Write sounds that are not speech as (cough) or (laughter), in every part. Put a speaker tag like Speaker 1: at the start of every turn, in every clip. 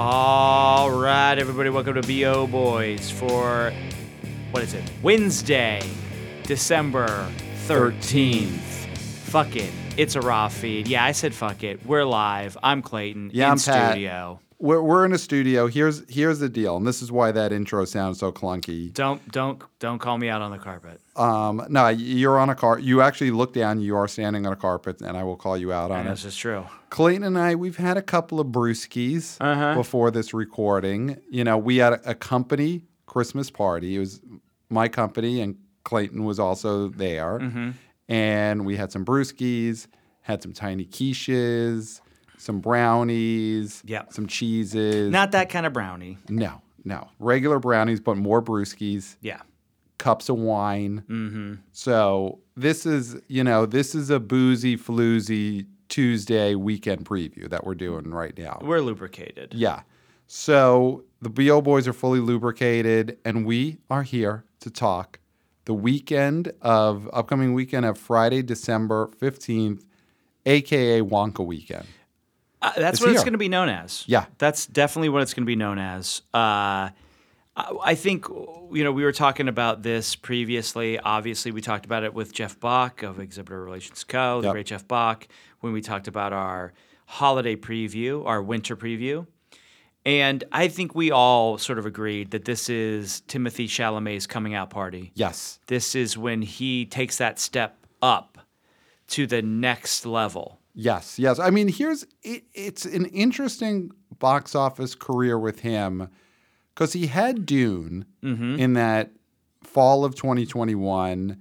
Speaker 1: All right, everybody, welcome to BO Boys for what is it? Wednesday, December 13th. Fuck it. It's a raw feed. Yeah, I said fuck it. We're live. I'm Clayton
Speaker 2: Yeah,
Speaker 1: in
Speaker 2: I'm Pat.
Speaker 1: studio.
Speaker 2: We're, we're in a studio. Here's here's the deal, and this is why that intro sounds so clunky.
Speaker 1: Don't don't don't call me out on the carpet.
Speaker 2: Um, no, you're on a car. You actually look down. You are standing on a carpet, and I will call you out on
Speaker 1: This
Speaker 2: it.
Speaker 1: is true.
Speaker 2: Clayton and I, we've had a couple of brewskis before this recording. You know, we had a, a company Christmas party. It was my company, and Clayton was also there. And we had some brewskis, had some tiny quiches, some brownies,
Speaker 1: Yep.
Speaker 2: some cheeses.
Speaker 1: Not that kind of brownie.
Speaker 2: No, no. Regular brownies, but more brewskis,
Speaker 1: Yeah.
Speaker 2: cups of wine. Mm-hmm. So this is, you know, this is a boozy, floozy Tuesday weekend preview that we're doing right now.
Speaker 1: We're lubricated.
Speaker 2: Yeah. So the BO boys are fully lubricated, and we are here to talk the weekend of upcoming weekend of Friday, December 15th, aka Wonka weekend.
Speaker 1: Uh, that's
Speaker 2: It's
Speaker 1: what it's
Speaker 2: here.
Speaker 1: going to be known as.
Speaker 2: Yeah.
Speaker 1: that's definitely what it's going to be known as. Uh, I- I think you know we were talking about this previously. Obviously, we talked about it with Jeff Bach of Exhibitor Relations Co. The
Speaker 2: Yep.
Speaker 1: great Jeff Bach when we talked about our holiday preview, our winter preview. And I think we all sort of agreed that this is Timothy Chalamet's coming out party
Speaker 2: Yes.
Speaker 1: this is when he takes that step up to the next level.
Speaker 2: Yes, yes. I mean, here's it, it's an interesting box office career with him because he had Dune
Speaker 1: Mm-hmm.
Speaker 2: in that fall of 2021,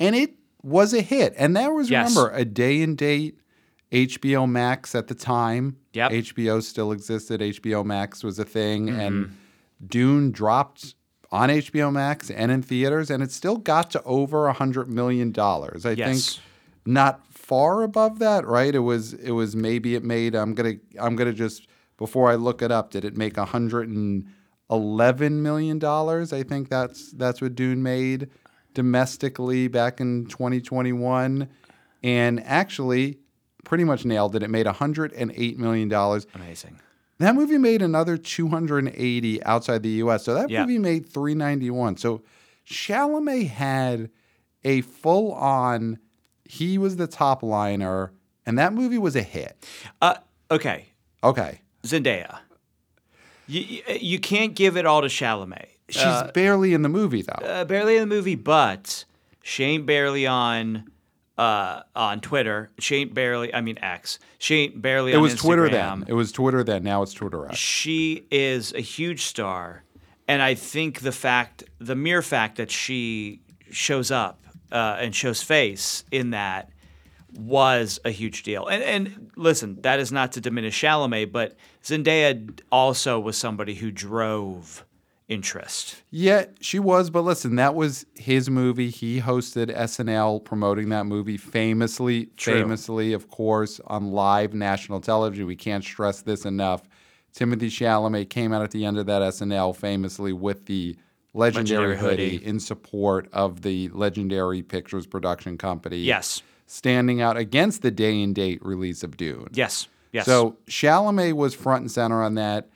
Speaker 2: and it was a hit. And that was
Speaker 1: Yes.
Speaker 2: remember a day and date HBO Max at the time.
Speaker 1: Yep. Mm-hmm.
Speaker 2: HBO still existed. HBO Max was a thing, and Dune dropped on HBO Max and in theaters, and it still got to over a hundred million dollars. I
Speaker 1: Yes.
Speaker 2: think not far above that, right? It was it was maybe it made I'm gonna I'm gonna just before I look it up, did it make hundred and eleven million dollars? I think that's that's what Dune made domestically back in twenty twenty one. And actually pretty much nailed it. It made hundred and eight million dollars.
Speaker 1: Amazing.
Speaker 2: That movie made another 280 outside the US. So that
Speaker 1: Yeah.
Speaker 2: movie made 391. So Chalamet had a full on, he was the top liner, and that movie was a hit.
Speaker 1: Uh, okay,
Speaker 2: Okay.
Speaker 1: Zendaya. You, you can't give it all to Chalamet.
Speaker 2: She's barely in the movie, though.
Speaker 1: Uh, barely in the movie, but Shane barely on uh, on Twitter. Shane barely, I mean X. Shane barely.
Speaker 2: it was
Speaker 1: on
Speaker 2: Twitter
Speaker 1: Instagram.
Speaker 2: then. It was Twitter then. Now it's Twitter. X.
Speaker 1: she is a huge star, and I think the fact, the mere fact that she shows up uh, and shows face in that was a huge deal. And and listen, that is not to diminish Chalamet, but Zendaya also was somebody who drove interest.
Speaker 2: Yeah, she was. But listen, that was his movie. He hosted SNL promoting that movie famously, famously, of course, on live national television. We can't stress this enough. Timothy Chalamet came out at the end of that SNL famously with the legendary,
Speaker 1: Legendary hoodie.
Speaker 2: hoodie in support of the legendary Pictures production company.
Speaker 1: Yes,
Speaker 2: Standing out against the day and date release of Dune.
Speaker 1: yes, yes.
Speaker 2: So Chalamet was front and center on that.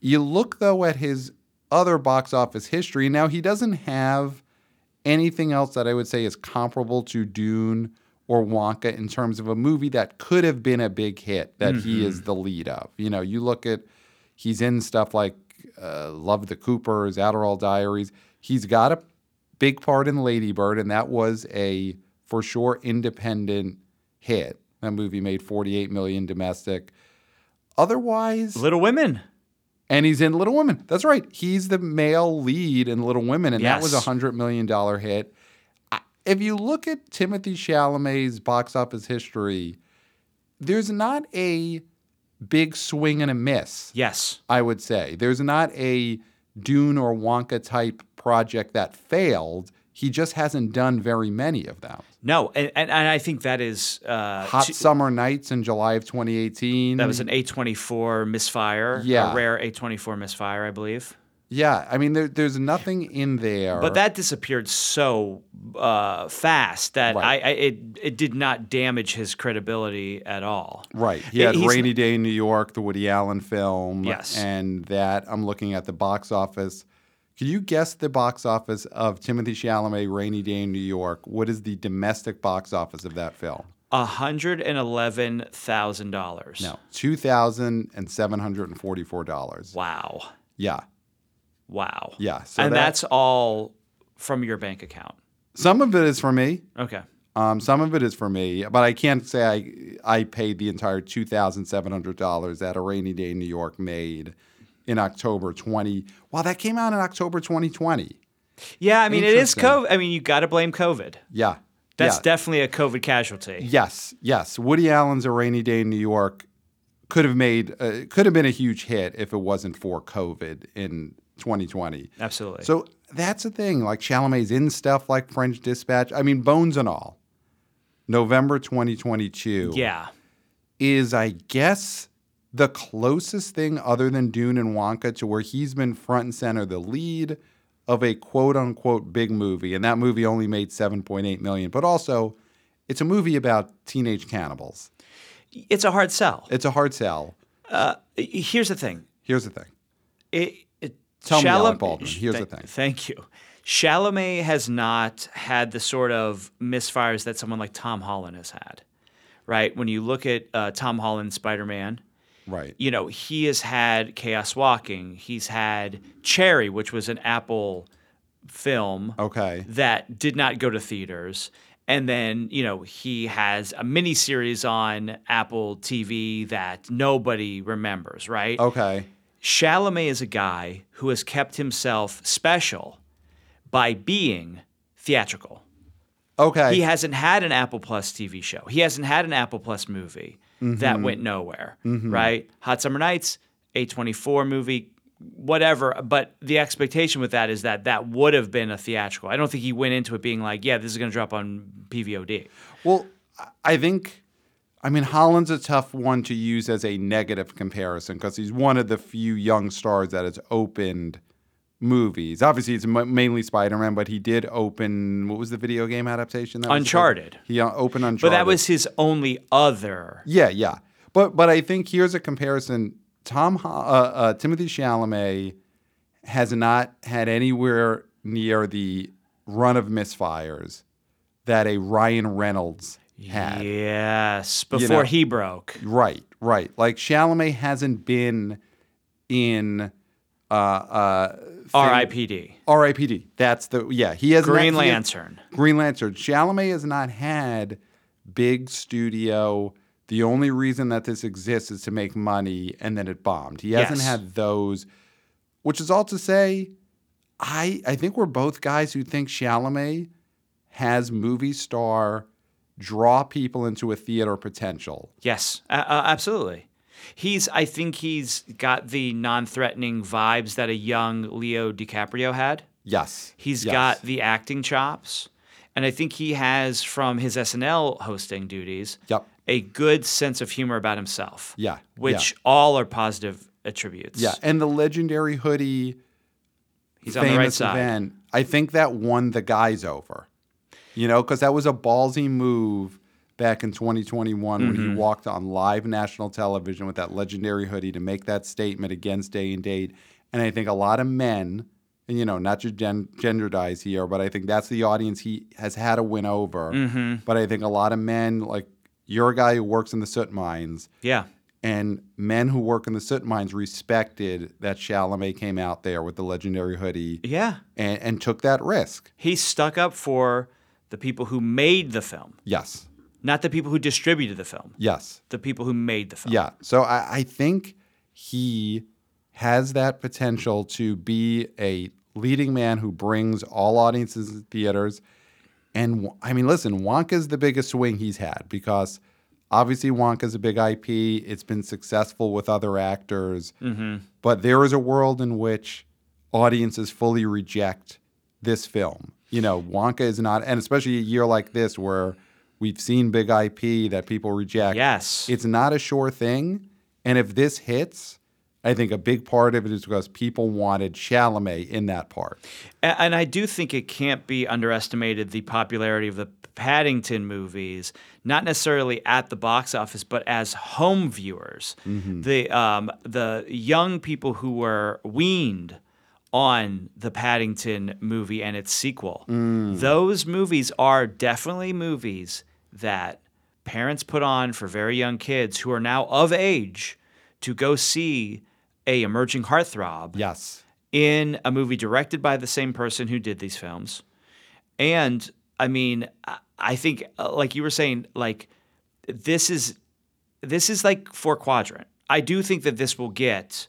Speaker 2: You look though at his other box office history. Now he doesn't have anything else that I would say is comparable to Dune or Wonka in terms of a movie that could have been a big hit that he is the lead of. You know, you look at he's in stuff like uh, Love the Coopers, Adderall Diaries. He's got a big part in Lady Bird, and that was a for sure independent hit. That movie made 48 million domestic. Otherwise,
Speaker 1: Little Women.
Speaker 2: and he's in Little Women. That's right. He's the male lead in Little Women, and that was a
Speaker 1: Yes.
Speaker 2: hundred million dollar hit. I- If you look at Timothy Chalamet's box office history, there's not a big swing and a miss.
Speaker 1: Yes,
Speaker 2: I would say there's not a Dune or Wonka type project that failed. He just hasn't done very many of them.
Speaker 1: no, and and, and I think that is uh,
Speaker 2: Hot
Speaker 1: t-
Speaker 2: Summer Nights in July of 2018.
Speaker 1: That was an A24 misfire,
Speaker 2: Yeah.
Speaker 1: a rare A24 misfire, I believe.
Speaker 2: Yeah, I mean, there, there's nothing in there.
Speaker 1: But that disappeared so uh, fast that
Speaker 2: Right.
Speaker 1: I, I it it did not damage his credibility at all.
Speaker 2: Right. He
Speaker 1: It-
Speaker 2: had
Speaker 1: he's-
Speaker 2: Rainy Day in New York, the Woody Allen film.
Speaker 1: Yes.
Speaker 2: And that I'm looking at the box office. Can you guess the box office of Timothy Chalamet, Rainy Day in New York? What is the domestic box office of that film?
Speaker 1: hundred and eleven thousand dollars.
Speaker 2: No, two thousand and seven hundred and forty-four dollars.
Speaker 1: Wow.
Speaker 2: Yeah,
Speaker 1: Wow.
Speaker 2: yeah. So
Speaker 1: and
Speaker 2: that-
Speaker 1: that's all from your bank account.
Speaker 2: some of it is for me.
Speaker 1: Okay.
Speaker 2: Um, some of it is for me, but I can't say I I paid the entire two thousand seven hundred dollars that a rainy day in New York made in October twenty. Wow, that came out in October twenty twenty.
Speaker 1: Yeah, I mean it is
Speaker 2: Interesting.
Speaker 1: COVID. I mean you got to blame COVID.
Speaker 2: Yeah,
Speaker 1: That's
Speaker 2: yeah.
Speaker 1: definitely a COVID casualty.
Speaker 2: yes, yes. Woody Allen's A Rainy Day in New York could have made uh, could have been a huge hit if it wasn't for COVID in twenty twenty.
Speaker 1: Absolutely.
Speaker 2: So that's the thing. Like Chalamet's in stuff like French Dispatch. I mean, Bones and all. November 2022
Speaker 1: yeah.
Speaker 2: is, I guess, the closest thing other than Dune and Wonka to where he's been front and center, the lead of a quote unquote big movie. And that movie only made 7.8 million. But also, it's a movie about teenage cannibals.
Speaker 1: It's a hard sell.
Speaker 2: It's a hard sell.
Speaker 1: Here's the thing.
Speaker 2: Here's the thing.
Speaker 1: it, it
Speaker 2: Tell me, Alec
Speaker 1: Chalam-
Speaker 2: Baldwin.
Speaker 1: sh-
Speaker 2: Here's
Speaker 1: thank-
Speaker 2: the thing.
Speaker 1: Thank you. Chalamet has not had the sort of misfires that someone like Tom Holland has had, right? When you look at uh, Tom Holland Spider Man,
Speaker 2: Right.
Speaker 1: you know he has had Chaos Walking, he's had Cherry, which was an Apple film
Speaker 2: Okay.
Speaker 1: that did not go to theaters. And then, you know, he has a mini series on Apple TV that nobody remembers, right?
Speaker 2: Okay.
Speaker 1: Chalamet is a guy who has kept himself special by being theatrical.
Speaker 2: Okay.
Speaker 1: He hasn't had an Apple Plus TV show. He hasn't had an Apple Plus movie
Speaker 2: Mm-hmm.
Speaker 1: that went nowhere, right? Hot Summer Nights, A24 movie, whatever. But the expectation with that is that that would have been a theatrical. I don't think he went into it being like, yeah, this is going to drop on PVOD.
Speaker 2: Well, I- I think, I mean, Holland's a tough one to use as a negative comparison because he's one of the few young stars that has opened movies. Obviously, it's m- mainly Spider Man, but he did open what was the video game adaptation? That was-
Speaker 1: Uncharted.
Speaker 2: he uh, opened Uncharted.
Speaker 1: But that was his only other.
Speaker 2: yeah, yeah. But but I think here's a comparison. Tom Ho- uh, uh, Timothy Chalamet has not had anywhere near the run of misfires that a Ryan Reynolds had.
Speaker 1: Yes, before
Speaker 2: know-
Speaker 1: he broke.
Speaker 2: Right, right. Like Chalamet hasn't been in uh uh
Speaker 1: R.I.P.D.
Speaker 2: R.I.P.D. That's the yeah. He has
Speaker 1: Green
Speaker 2: not, he has-
Speaker 1: Lantern.
Speaker 2: Green Lantern. Chalamet has not had big studio. The only reason that this exists is to make money, and then it bombed. He hasn't
Speaker 1: Yes.
Speaker 2: had those, which is all to say, I I think we're both guys who think Chalamet has movie star draw people into a theater potential.
Speaker 1: Yes, a- a- absolutely. He's. I think he's got the non-threatening vibes that a young Leo DiCaprio had.
Speaker 2: Yes,
Speaker 1: He's
Speaker 2: He's
Speaker 1: got the acting chops, and I think he has from his SNL hosting duties
Speaker 2: Yep.
Speaker 1: a good sense of humor about himself.
Speaker 2: Yeah,
Speaker 1: which all are positive attributes.
Speaker 2: Yeah, and the legendary hoodie
Speaker 1: he's on
Speaker 2: famous
Speaker 1: the right side.
Speaker 2: event. I think that won the guys over. You know, because that was a ballsy move back in 2021 when
Speaker 1: Mm-hmm.
Speaker 2: he walked on live national television with that legendary hoodie to make that statement against day and date. And I think a lot of men, and you know, not just gen- genderized here, but I think that's the audience he has had a win over.
Speaker 1: Mm-hmm.
Speaker 2: But I think a lot of men, like you're a guy who works in the soot mines,
Speaker 1: Yeah,
Speaker 2: and men who work in the soot mines respected that Chalamet came out there with the legendary hoodie
Speaker 1: yeah.
Speaker 2: and, and took that risk.
Speaker 1: He stuck up for the people who made the film,
Speaker 2: Yes,
Speaker 1: not the people who distributed the film.
Speaker 2: yes,
Speaker 1: The people who made the film.
Speaker 2: yeah. So I, I think he has that potential to be a leading man who brings all audiences to theaters. And w- I mean, listen, Wonka's the biggest swing he's had because obviously Wonka's a big IP. It's been successful with other actors. But there is a world in which audiences fully reject this film. You know, Wonka is not, and especially a year like this where we've seen big IP that people reject.
Speaker 1: Yes.
Speaker 2: It's not a sure thing. And if this hits, I think a big part of it is because people wanted Chalamet in that part.
Speaker 1: A- And I do think it can't be underestimated the popularity of the Paddington movies, not necessarily at the box office, but as home viewers. The um, the young people who were weaned on the Paddington movie and its sequel. Those movies are definitely movies that parents put on for very young kids who are now of age to go see a emerging heartthrob
Speaker 2: Yes.
Speaker 1: in a movie directed by the same person who did these films. And I mean, I- I think uh, like you were saying, like this is this is like four quadrant. I do think that this will get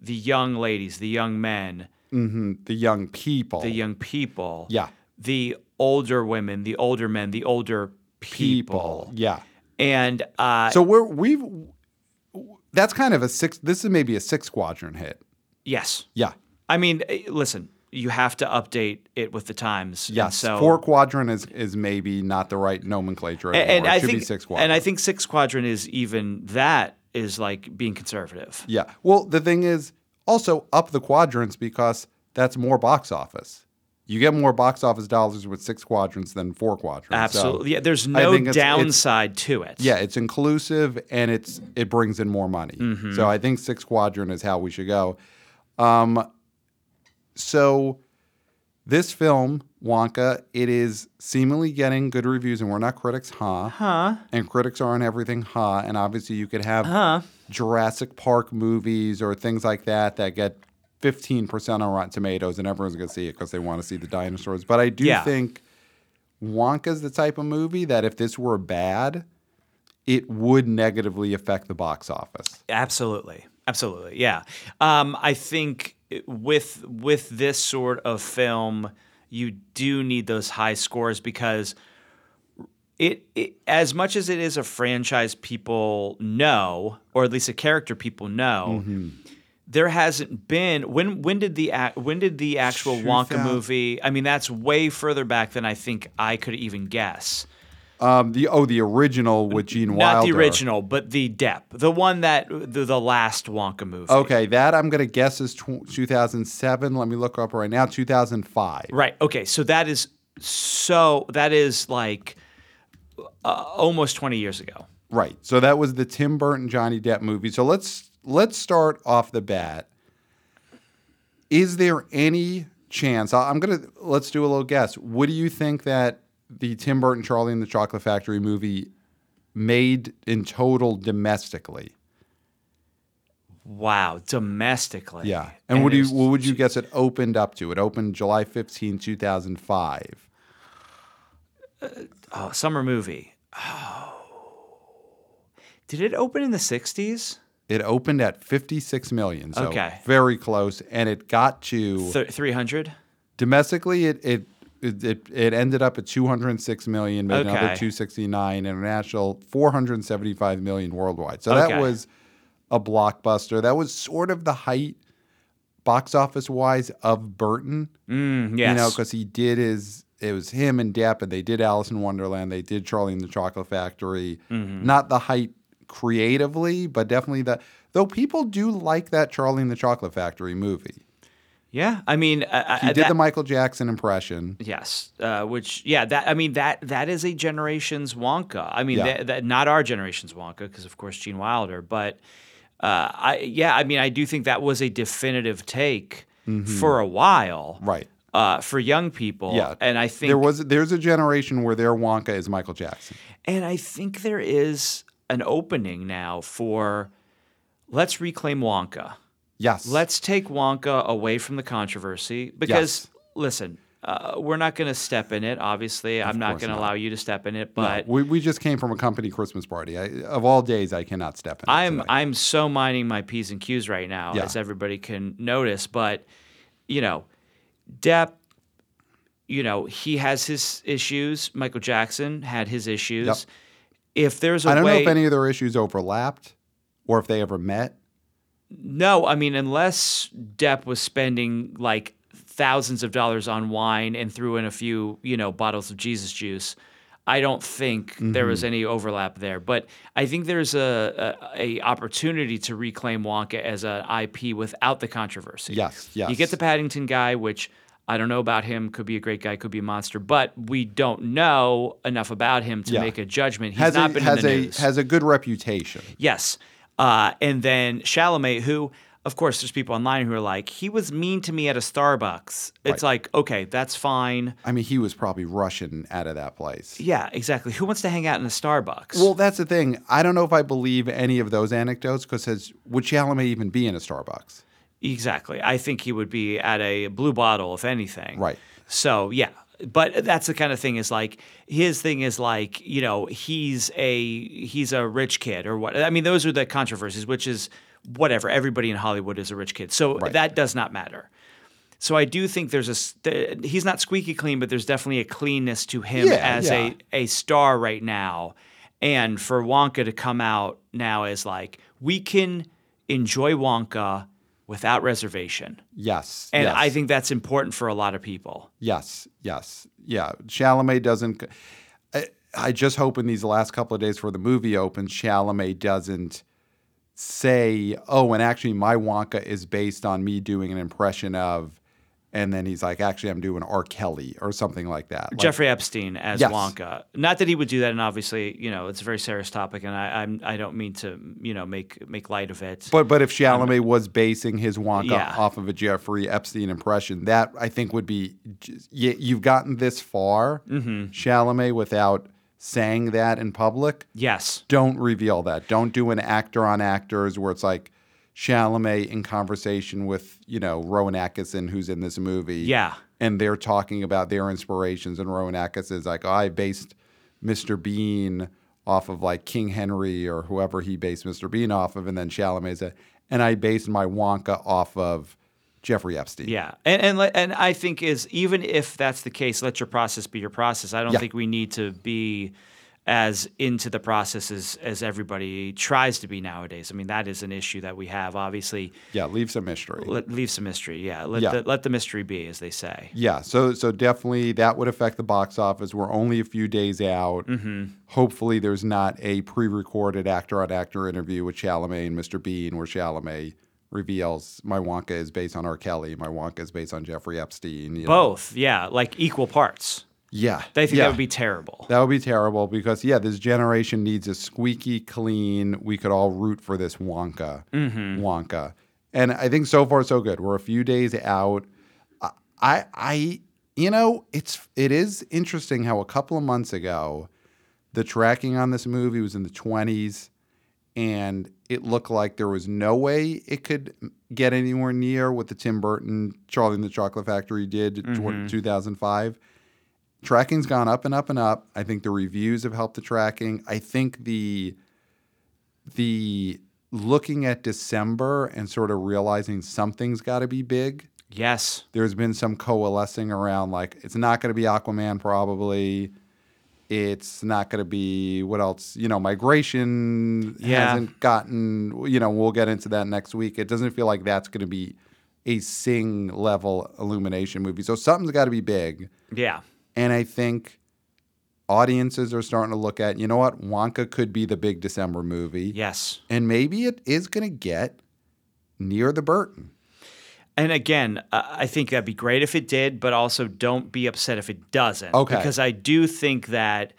Speaker 1: the young ladies, the young men,
Speaker 2: The young people.
Speaker 1: the young people,
Speaker 2: Yeah.
Speaker 1: the older women, the older men, the older people.
Speaker 2: Yeah.
Speaker 1: And uh,
Speaker 2: So we're we've that's kind of a six this is maybe a six squadron hit.
Speaker 1: yes,
Speaker 2: Yeah.
Speaker 1: I mean, eh, listen, you have to update it with the times. and
Speaker 2: Yes.
Speaker 1: so
Speaker 2: Four quadrant is is maybe not the right nomenclature anymore.
Speaker 1: and
Speaker 2: it
Speaker 1: I
Speaker 2: should
Speaker 1: think
Speaker 2: be six quadrant.
Speaker 1: and I think six quadrant is even that is like being conservative.
Speaker 2: yeah. Well, the thing is also up the quadrants because that's more box office. You get more box office dollars with six quadrants than four quadrants. So,
Speaker 1: Absolutely, yeah, there's no
Speaker 2: think it's- it's-
Speaker 1: downside to it.
Speaker 2: yeah, it's inclusive and it's it brings in more money.
Speaker 1: Mm-hmm.
Speaker 2: So I think six quadrant is how we should go. Um, so this film Wonka, it is seemingly getting good reviews, and we're not critics, huh?
Speaker 1: Huh?
Speaker 2: and critics aren't everything huh and obviously you could have
Speaker 1: Huh?
Speaker 2: jurassic park movies or things like that that get 15% on rotten tomatoes and everyone's going to see it because they want to see the dinosaurs but i do
Speaker 1: Yeah.
Speaker 2: think wonka's the type of movie that if this were bad it would negatively affect the box office
Speaker 1: Absolutely, absolutely. Yeah, um, I think with with this sort of film, you do need those high scores because it, it as much as it is a franchise people know, or at least a character people know. There hasn't been when when did the ac- when did the actual Wonka
Speaker 2: 2000
Speaker 1: movie? I mean, that's way further back than I think I could even guess.
Speaker 2: um, the oh the original with gene wilder
Speaker 1: Not the original, but the Depp, the one that the, the last Wonka movie.
Speaker 2: okay that i'm going to guess is tw- 2007 let me look up right now 2005
Speaker 1: Right. Okay. So that is so that is like uh, almost 20 years ago.
Speaker 2: Right. So that was the Tim Burton Johnny Depp movie. So let's let's start off the bat. Is there any chance? I- I'm gonna let's do a little guess. What do you think that the Tim Burton Charlie and the Chocolate Factory movie made in total domestically?
Speaker 1: Wow. Domestically.
Speaker 2: Yeah. And, what do you
Speaker 1: it's-
Speaker 2: what would you guess it opened up to? It opened July 15, 2005.
Speaker 1: oh, summer movie. Oh. Did it open in the 60s?
Speaker 2: It opened at 56 million. So
Speaker 1: Okay.
Speaker 2: very close. And it got to
Speaker 1: Thir 300?
Speaker 2: domestically it it it, it, it ended up at 206 million made another
Speaker 1: Okay.
Speaker 2: 269 international 475 million worldwide so that
Speaker 1: Okay.
Speaker 2: was a blockbuster that was sort of the height box office wise of burton
Speaker 1: Mm, yes.
Speaker 2: you know because he did his it was him and depp and they did alice in wonderland they did charlie and the chocolate factory
Speaker 1: Mm-hmm.
Speaker 2: not the height creatively but definitely that though people do like that charlie and the chocolate factory movie
Speaker 1: yeah. I mean, I,
Speaker 2: he
Speaker 1: I,
Speaker 2: did
Speaker 1: Uh, that-
Speaker 2: the michael jackson impression
Speaker 1: Yes, uh, which yeah, that I mean that that is a generation's Wonka. I mean,
Speaker 2: Yeah.
Speaker 1: that, that not our generation's Wonka because of course Gene Wilder, but uh, I yeah, I mean I do think that was a definitive take for a while,
Speaker 2: Mm-hmm. right
Speaker 1: Uh, for young people,
Speaker 2: Yeah.
Speaker 1: and I think
Speaker 2: there was there's a generation where their Wonka is Michael Jackson.
Speaker 1: and I think there is an opening now for let's reclaim Wonka.
Speaker 2: Yes.
Speaker 1: Let's take Wonka away from the controversy because listen, uh, we're not going to step in it. Obviously, I'm not
Speaker 2: course
Speaker 1: going to
Speaker 2: not.
Speaker 1: allow you to step in it. But
Speaker 2: we, we just came from a company Christmas party. I, of all days, I cannot step in. it
Speaker 1: I'm
Speaker 2: today.
Speaker 1: I'm so mining my p's and q's right now,
Speaker 2: Yeah.
Speaker 1: as everybody can notice. But you know, Depp, you know, he has his issues. Michael Jackson had his issues. If there's a
Speaker 2: I don't
Speaker 1: way,
Speaker 2: know if any of their issues overlapped, or if they ever met.
Speaker 1: no, I mean, unless Depp was spending like thousands of dollars on wine and threw in a few, you know, bottles of Jesus juice, I don't think there
Speaker 2: Mm-hmm.
Speaker 1: was any overlap there. But I think there's a, a a opportunity to reclaim Wonka as an IP without the controversy.
Speaker 2: Yes, yes.
Speaker 1: You get the Paddington guy, which I don't know about him. Could be a great guy. Could be a monster. But we don't know enough about him to
Speaker 2: Yeah.
Speaker 1: make a judgment. He's
Speaker 2: has
Speaker 1: not
Speaker 2: a
Speaker 1: been
Speaker 2: has
Speaker 1: in the
Speaker 2: a
Speaker 1: news.
Speaker 2: has a good reputation.
Speaker 1: Yes. Uh, and then Chalamet, who, of course, there's people online who are like, he was mean to me at a Starbucks. It's like, okay, that's fine.
Speaker 2: I mean, he was probably rushing out of that place.
Speaker 1: Yeah, exactly. Who wants to hang out in a Starbucks?
Speaker 2: Well, that's the thing. I don't know if I believe any of those anecdotes because would Chalamet even be in a Starbucks?
Speaker 1: exactly. I think he would be at a blue bottle, if anything.
Speaker 2: Right.
Speaker 1: So, yeah. But that's the kind of thing is like his thing is like you know he's a he's a rich kid or what I mean those are the controversies which is whatever everybody in Hollywood is a rich kid so that does not matter So I do think there's a st- he's not squeaky clean, but there's definitely a cleanness to him
Speaker 2: Yeah,
Speaker 1: as
Speaker 2: yeah.
Speaker 1: a a star right now, and for Wonka to come out now as like we can enjoy Wonka without reservation,
Speaker 2: Yes.
Speaker 1: and
Speaker 2: yes,
Speaker 1: I think that's important for a lot of people.
Speaker 2: yes, yes, yeah. Chalamet doesn't. I, I just hope in these last couple of days before the movie opens, Chalamet doesn't say, "Oh, and actually, my Wonka is based on me doing an impression of," and then he's like, "Actually, I'm doing R. Kelly or something like that." Like,
Speaker 1: Jeffrey Epstein as
Speaker 2: Yes.
Speaker 1: Wonka. Not that he would do that, and obviously, you know, it's a very serious topic, and I I'm, I don't mean to you know make make light of it.
Speaker 2: But but if Chalamet was basing his Wonka
Speaker 1: Yeah.
Speaker 2: off of a Jeffrey Epstein impression, that I think would be just, you, you've gotten this far,
Speaker 1: Mm-hmm.
Speaker 2: Chalamet, without saying that in public.
Speaker 1: yes,
Speaker 2: Don't reveal that. Don't do an actor on actors where it's like Chalamet in conversation with you know Rowan Atkinson, who's in this movie.
Speaker 1: Yeah.
Speaker 2: and they're talking about their inspirations, and Rowan Atkinson's like, oh, I based Mr. Bean off of like King Henry or whoever he based Mr. Bean off of, and then Chalamet said, and I based my Wonka off of Jeffrey Epstein.
Speaker 1: Yeah, and and let- and I think is even if that's the case, let your process be your process. I don't
Speaker 2: Yeah.
Speaker 1: think we need to be as into the process as, as everybody tries to be nowadays. I mean, that is an issue that we have. Obviously,
Speaker 2: yeah, leave some mystery.
Speaker 1: let, leave some mystery. Yeah, let
Speaker 2: Yeah.
Speaker 1: The, let the mystery be, as they say.
Speaker 2: Yeah, so so definitely that would affect the box office. We're only a few days out. Hopefully, there's not a pre-recorded actor-on-actor interview with Chalamet and Mr. Bean, where Chalamet reveals my Wonka is based on R. Kelly, my Wonka is based on Jeffrey Epstein. you know.
Speaker 1: Both, yeah, like equal parts.
Speaker 2: Yeah,
Speaker 1: I think
Speaker 2: yeah.
Speaker 1: that would be terrible.
Speaker 2: that would be terrible because yeah, this generation needs a squeaky clean. We could all root for this Wonka,
Speaker 1: Mm-hmm.
Speaker 2: Wonka, and I think so far so good. We're a few days out. I, I, I- you know, it's it is interesting how a couple of months ago, the tracking on this movie was in the twenties, and it looked like there was no way it could get anywhere near what the Tim Burton Charlie and the Chocolate Factory did in two thousand five tracking's gone up and up and up. I think the reviews have helped the tracking. I think the the looking at December and sort of realizing something's got to be big.
Speaker 1: Yes,
Speaker 2: There's been some coalescing around like it's not going to be Aquaman probably. It's not going to be what else? You know, migration
Speaker 1: Yeah.
Speaker 2: hasn't gotten. You know, we'll get into that next week. It doesn't feel like that's going to be a sing level illumination movie. So something's got to be big.
Speaker 1: yeah,
Speaker 2: And I think audiences are starting to look at, you know what, Wonka could be the big December movie.
Speaker 1: yes.
Speaker 2: And maybe it is going to get near the Burton.
Speaker 1: And again, uh, I think that'd be great if it did, but also don't be upset if it doesn't.
Speaker 2: Okay.
Speaker 1: Because I do think that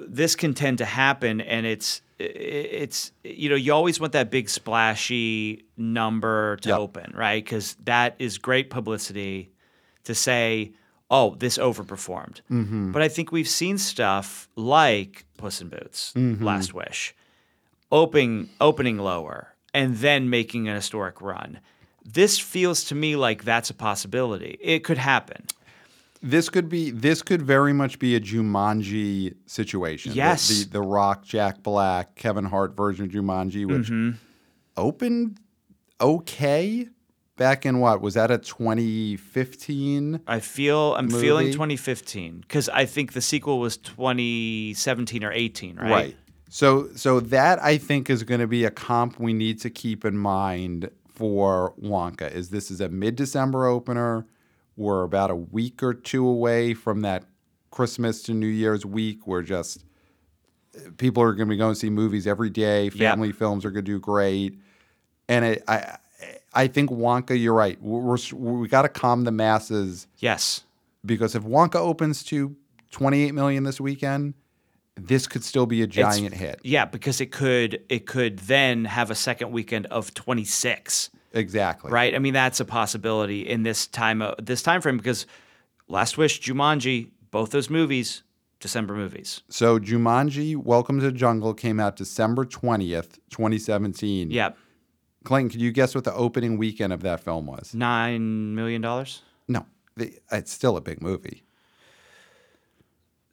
Speaker 1: this can tend to happen, and it's it's you know you always want that big splashy number to
Speaker 2: Yep.
Speaker 1: open, right? Because that is great publicity to say, oh, this overperformed.
Speaker 2: Mm-hmm.
Speaker 1: But I think we've seen stuff like Puss in Boots,
Speaker 2: Mm-hmm.
Speaker 1: Last Wish, opening opening lower and then making an historic run. This feels to me like that's a possibility. It could happen.
Speaker 2: This could be this could very much be a Jumanji situation. The-
Speaker 1: Yes.
Speaker 2: The the, Rock, Jack Black, Kevin Hart version of Jumanji, which opened okay back in what? Was that a 2015?
Speaker 1: I feel I'm feeling
Speaker 2: Movie?
Speaker 1: 2015 because I think the sequel was 2017 or 18, right?
Speaker 2: So so that I think is going to be a comp we need to keep in mind for Wonka. Is this is a mid-December opener? We're about a week or two away from that Christmas to New Year's week where just people are going to be going to see movies every day. Family films are going to do great. And it, I, I think Wonka, you're right. We're, we're, we got to calm the masses
Speaker 1: Yes.
Speaker 2: because if Wonka opens to 28 million this weekend, this could still be a giant hit.
Speaker 1: Yeah, because it could it could then have a second weekend of 26,
Speaker 2: Exactly.
Speaker 1: right? I mean, that's a possibility in this time uh, this time frame because Last Wish, Jumanji, both those movies, December movies.
Speaker 2: So Jumanji: Welcome to the Jungle came out December 20th, 2017.
Speaker 1: Yeah,
Speaker 2: Clayton, could you guess what the opening weekend of that film was?
Speaker 1: nine million dollars,
Speaker 2: No, the, it's still a big movie.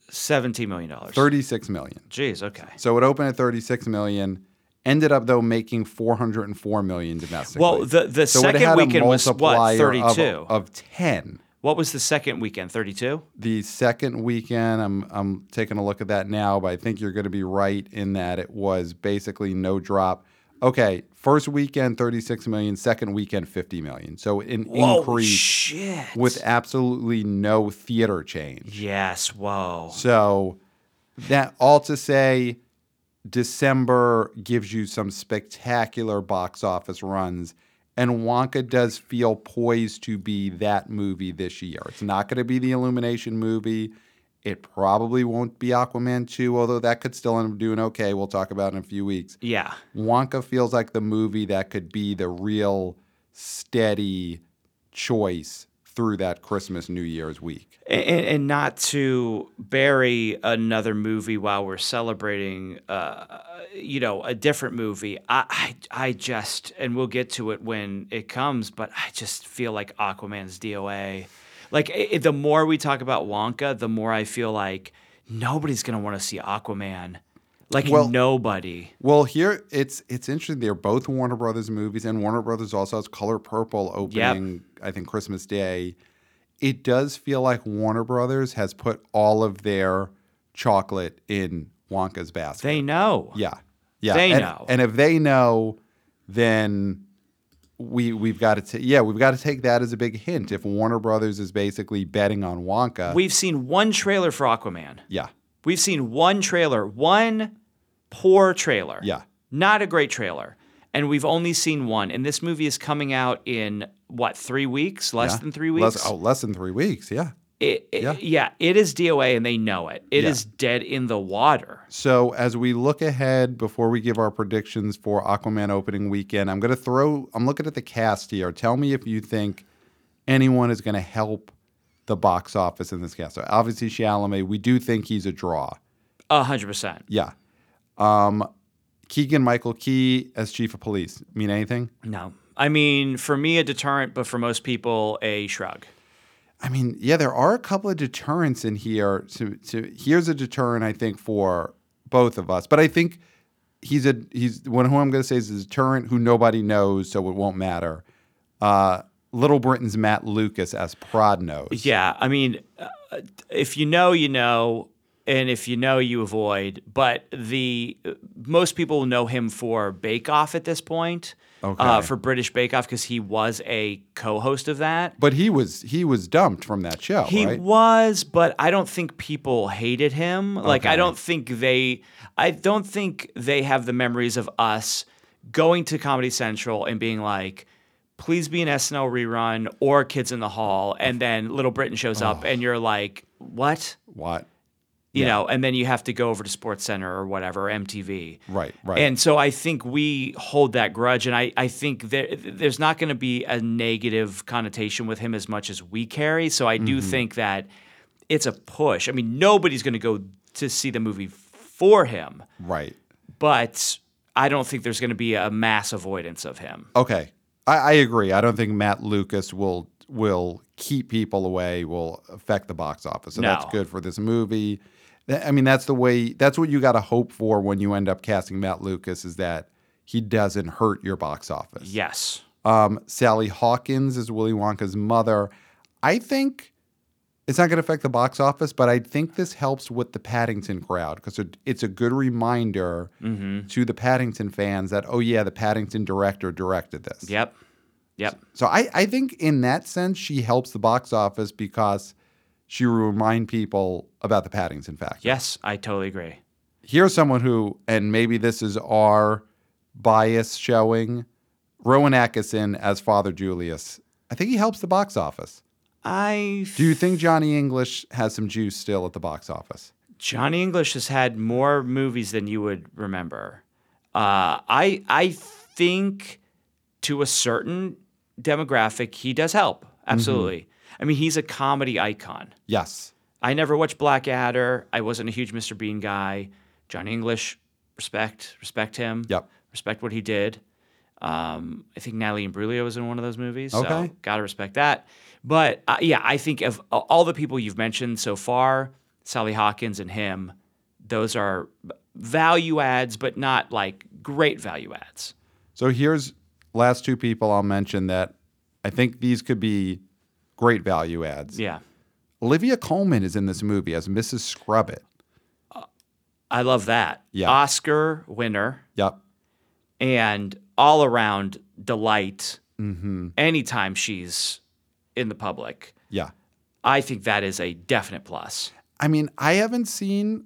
Speaker 1: seventeen million dollars.
Speaker 2: 36 million.
Speaker 1: Jeez, okay.
Speaker 2: So it opened at 36 million. Ended up though making 404 million domestically.
Speaker 1: Well, the the
Speaker 2: so it
Speaker 1: second
Speaker 2: had a
Speaker 1: weekend was what
Speaker 2: multiplier
Speaker 1: thirty
Speaker 2: of-
Speaker 1: two.
Speaker 2: of 10.
Speaker 1: What was the second weekend? Thirty two.
Speaker 2: the second weekend. I'm I'm taking a look at that now, but I think you're going to be right in that it was basically no drop. Okay, first weekend 36 million, second weekend 50 million. So an
Speaker 1: Whoa,
Speaker 2: increase
Speaker 1: shit.
Speaker 2: with absolutely no theater change.
Speaker 1: yes, whoa.
Speaker 2: So that all to say December gives you some spectacular box office runs and Wonka does feel poised to be that movie this year. It's not going to be the Illumination movie. It probably won't be Aquaman 2, although that could still end up doing okay. We'll talk about it in a few weeks.
Speaker 1: Yeah,
Speaker 2: Wonka feels like the movie that could be the real steady choice through that Christmas New Year's week.
Speaker 1: and, and- and not to bury another movie while we're celebrating, uh, you know, a different movie. I, I, I just, and we'll get to it when it comes, but I just feel like Aquaman's DOA. Like i i- the more we talk about Wonka, the more I feel like nobody's gonna want to see Aquaman. Like
Speaker 2: Well-
Speaker 1: nobody.
Speaker 2: Well, here it's it's interesting. They're both Warner Brothers movies, and Warner Brothers also has Color Purple opening, I think, Christmas Day. It does feel like Warner Brothers has put all of their chocolate in Wonka's basket.
Speaker 1: They know.
Speaker 2: yeah, yeah.
Speaker 1: They
Speaker 2: and,
Speaker 1: know.
Speaker 2: and if they know, then we we've got to ta- yeah we've got to take that as a big hint. If Warner Brothers is basically betting on Wonka,
Speaker 1: We've seen one trailer for Aquaman.
Speaker 2: yeah,
Speaker 1: We've seen one trailer, one poor trailer.
Speaker 2: Yeah.
Speaker 1: Not a great trailer. And we've only seen one. And this movie is coming out in what, three weeks? Less
Speaker 2: yeah.
Speaker 1: than three
Speaker 2: Less-
Speaker 1: weeks?
Speaker 2: oh, less than three weeks. Yeah.
Speaker 1: It- it-
Speaker 2: yeah.
Speaker 1: yeah. it is DOA and they know it. It is
Speaker 2: Yeah.
Speaker 1: dead in the water.
Speaker 2: So as we look ahead before we give our predictions for Aquaman opening weekend, I'm going to throw I'm looking at the cast here. Tell me if you think anyone is going to help the box office in this cast. So obviously Chalamet, we do think he's a draw.
Speaker 1: A hundred percent.
Speaker 2: Yeah. Um Keegan Michael Key as chief of police. Mean anything?
Speaker 1: No. I mean, for me, a deterrent, but for most people, a shrug.
Speaker 2: I mean, yeah, there are a couple of deterrents in here. To, to here's a deterrent, I think, for both of us. But I think he's a he's one who I'm going to say is a deterrent who nobody knows, so it won't matter. Uh, Little Britain's Matt Lucas as Prod knows.
Speaker 1: Yeah, I mean, uh, if you know, you know, and if you know, you avoid. But the uh, most people know him for Bake Off at this point, uh,
Speaker 2: Okay.
Speaker 1: for British Bake Off because he was a co-host of that.
Speaker 2: But he was he was dumped from that show,
Speaker 1: He
Speaker 2: right?
Speaker 1: was, but I don't think people hated him. Like
Speaker 2: Okay.
Speaker 1: I don't think they I don't think they have the memories of us going to Comedy Central and being like please be an SNL rerun or Kids in the Hall and then Little Britain shows up and you're like what?
Speaker 2: What?
Speaker 1: You know, and then you have to go over to Sports Center or whatever, MTV.
Speaker 2: Right, right.
Speaker 1: And so I think we hold that grudge, and I, I think there, there's not going to be a negative connotation with him as much as we carry. So I
Speaker 2: Mm-hmm.
Speaker 1: do think that it's a push. I mean, nobody's going to go to see the movie for him,
Speaker 2: right.
Speaker 1: but I don't think there's going to be a mass avoidance of him.
Speaker 2: Okay, I, I agree. I don't think Matt Lucas will will keep people away. Will affect the box office. So that's
Speaker 1: No.
Speaker 2: good for this movie. Th- I mean, that's the way. That's what you got to hope for when you end up casting Matt Lucas is that he doesn't hurt your box office.
Speaker 1: Yes.
Speaker 2: Um, Sally Hawkins is Willy Wonka's mother. I think it's not going to affect the box office, but I think this helps with the Paddington crowd because it, it's a good reminder to the Paddington fans that oh yeah, the Paddington director directed this.
Speaker 1: Yep. Yep.
Speaker 2: So I, I think in that sense, she helps the box office because she would remind people about the Paddington fact.
Speaker 1: Yes, I totally agree.
Speaker 2: Here's someone who, and maybe this is our bias showing, Rowan Atkinson as Father Julius. I think he helps the box office.
Speaker 1: I
Speaker 2: Do you think Johnny English has some juice still at the box office?
Speaker 1: Johnny English has had more movies than you would remember. Uh, I I think to a certain demographic, he does help. Absolutely. I mean, he's a comedy icon.
Speaker 2: Yes.
Speaker 1: I never watched Blackadder. I wasn't a huge Mr. Bean guy. Johnny English, respect, respect him.
Speaker 2: Yep.
Speaker 1: Respect what he did. Um, I think Natalie Imbruglia was in one of those movies.
Speaker 2: Okay.
Speaker 1: So gotta respect that. But uh, yeah, I think of a- all the people you've mentioned so far, Sally Hawkins and him, those are value adds, but not like great value adds.
Speaker 2: So here's last two people I'll mention that I think these could be great value adds.
Speaker 1: Yeah.
Speaker 2: Olivia Coleman is in this movie as Mrs. Scrubbit.
Speaker 1: I love that.
Speaker 2: Yeah.
Speaker 1: Oscar winner.
Speaker 2: Yep.
Speaker 1: and all around delight
Speaker 2: Mm-hmm.
Speaker 1: anytime she's in the public.
Speaker 2: Yeah.
Speaker 1: I think that is a definite plus.
Speaker 2: I mean, I haven't seen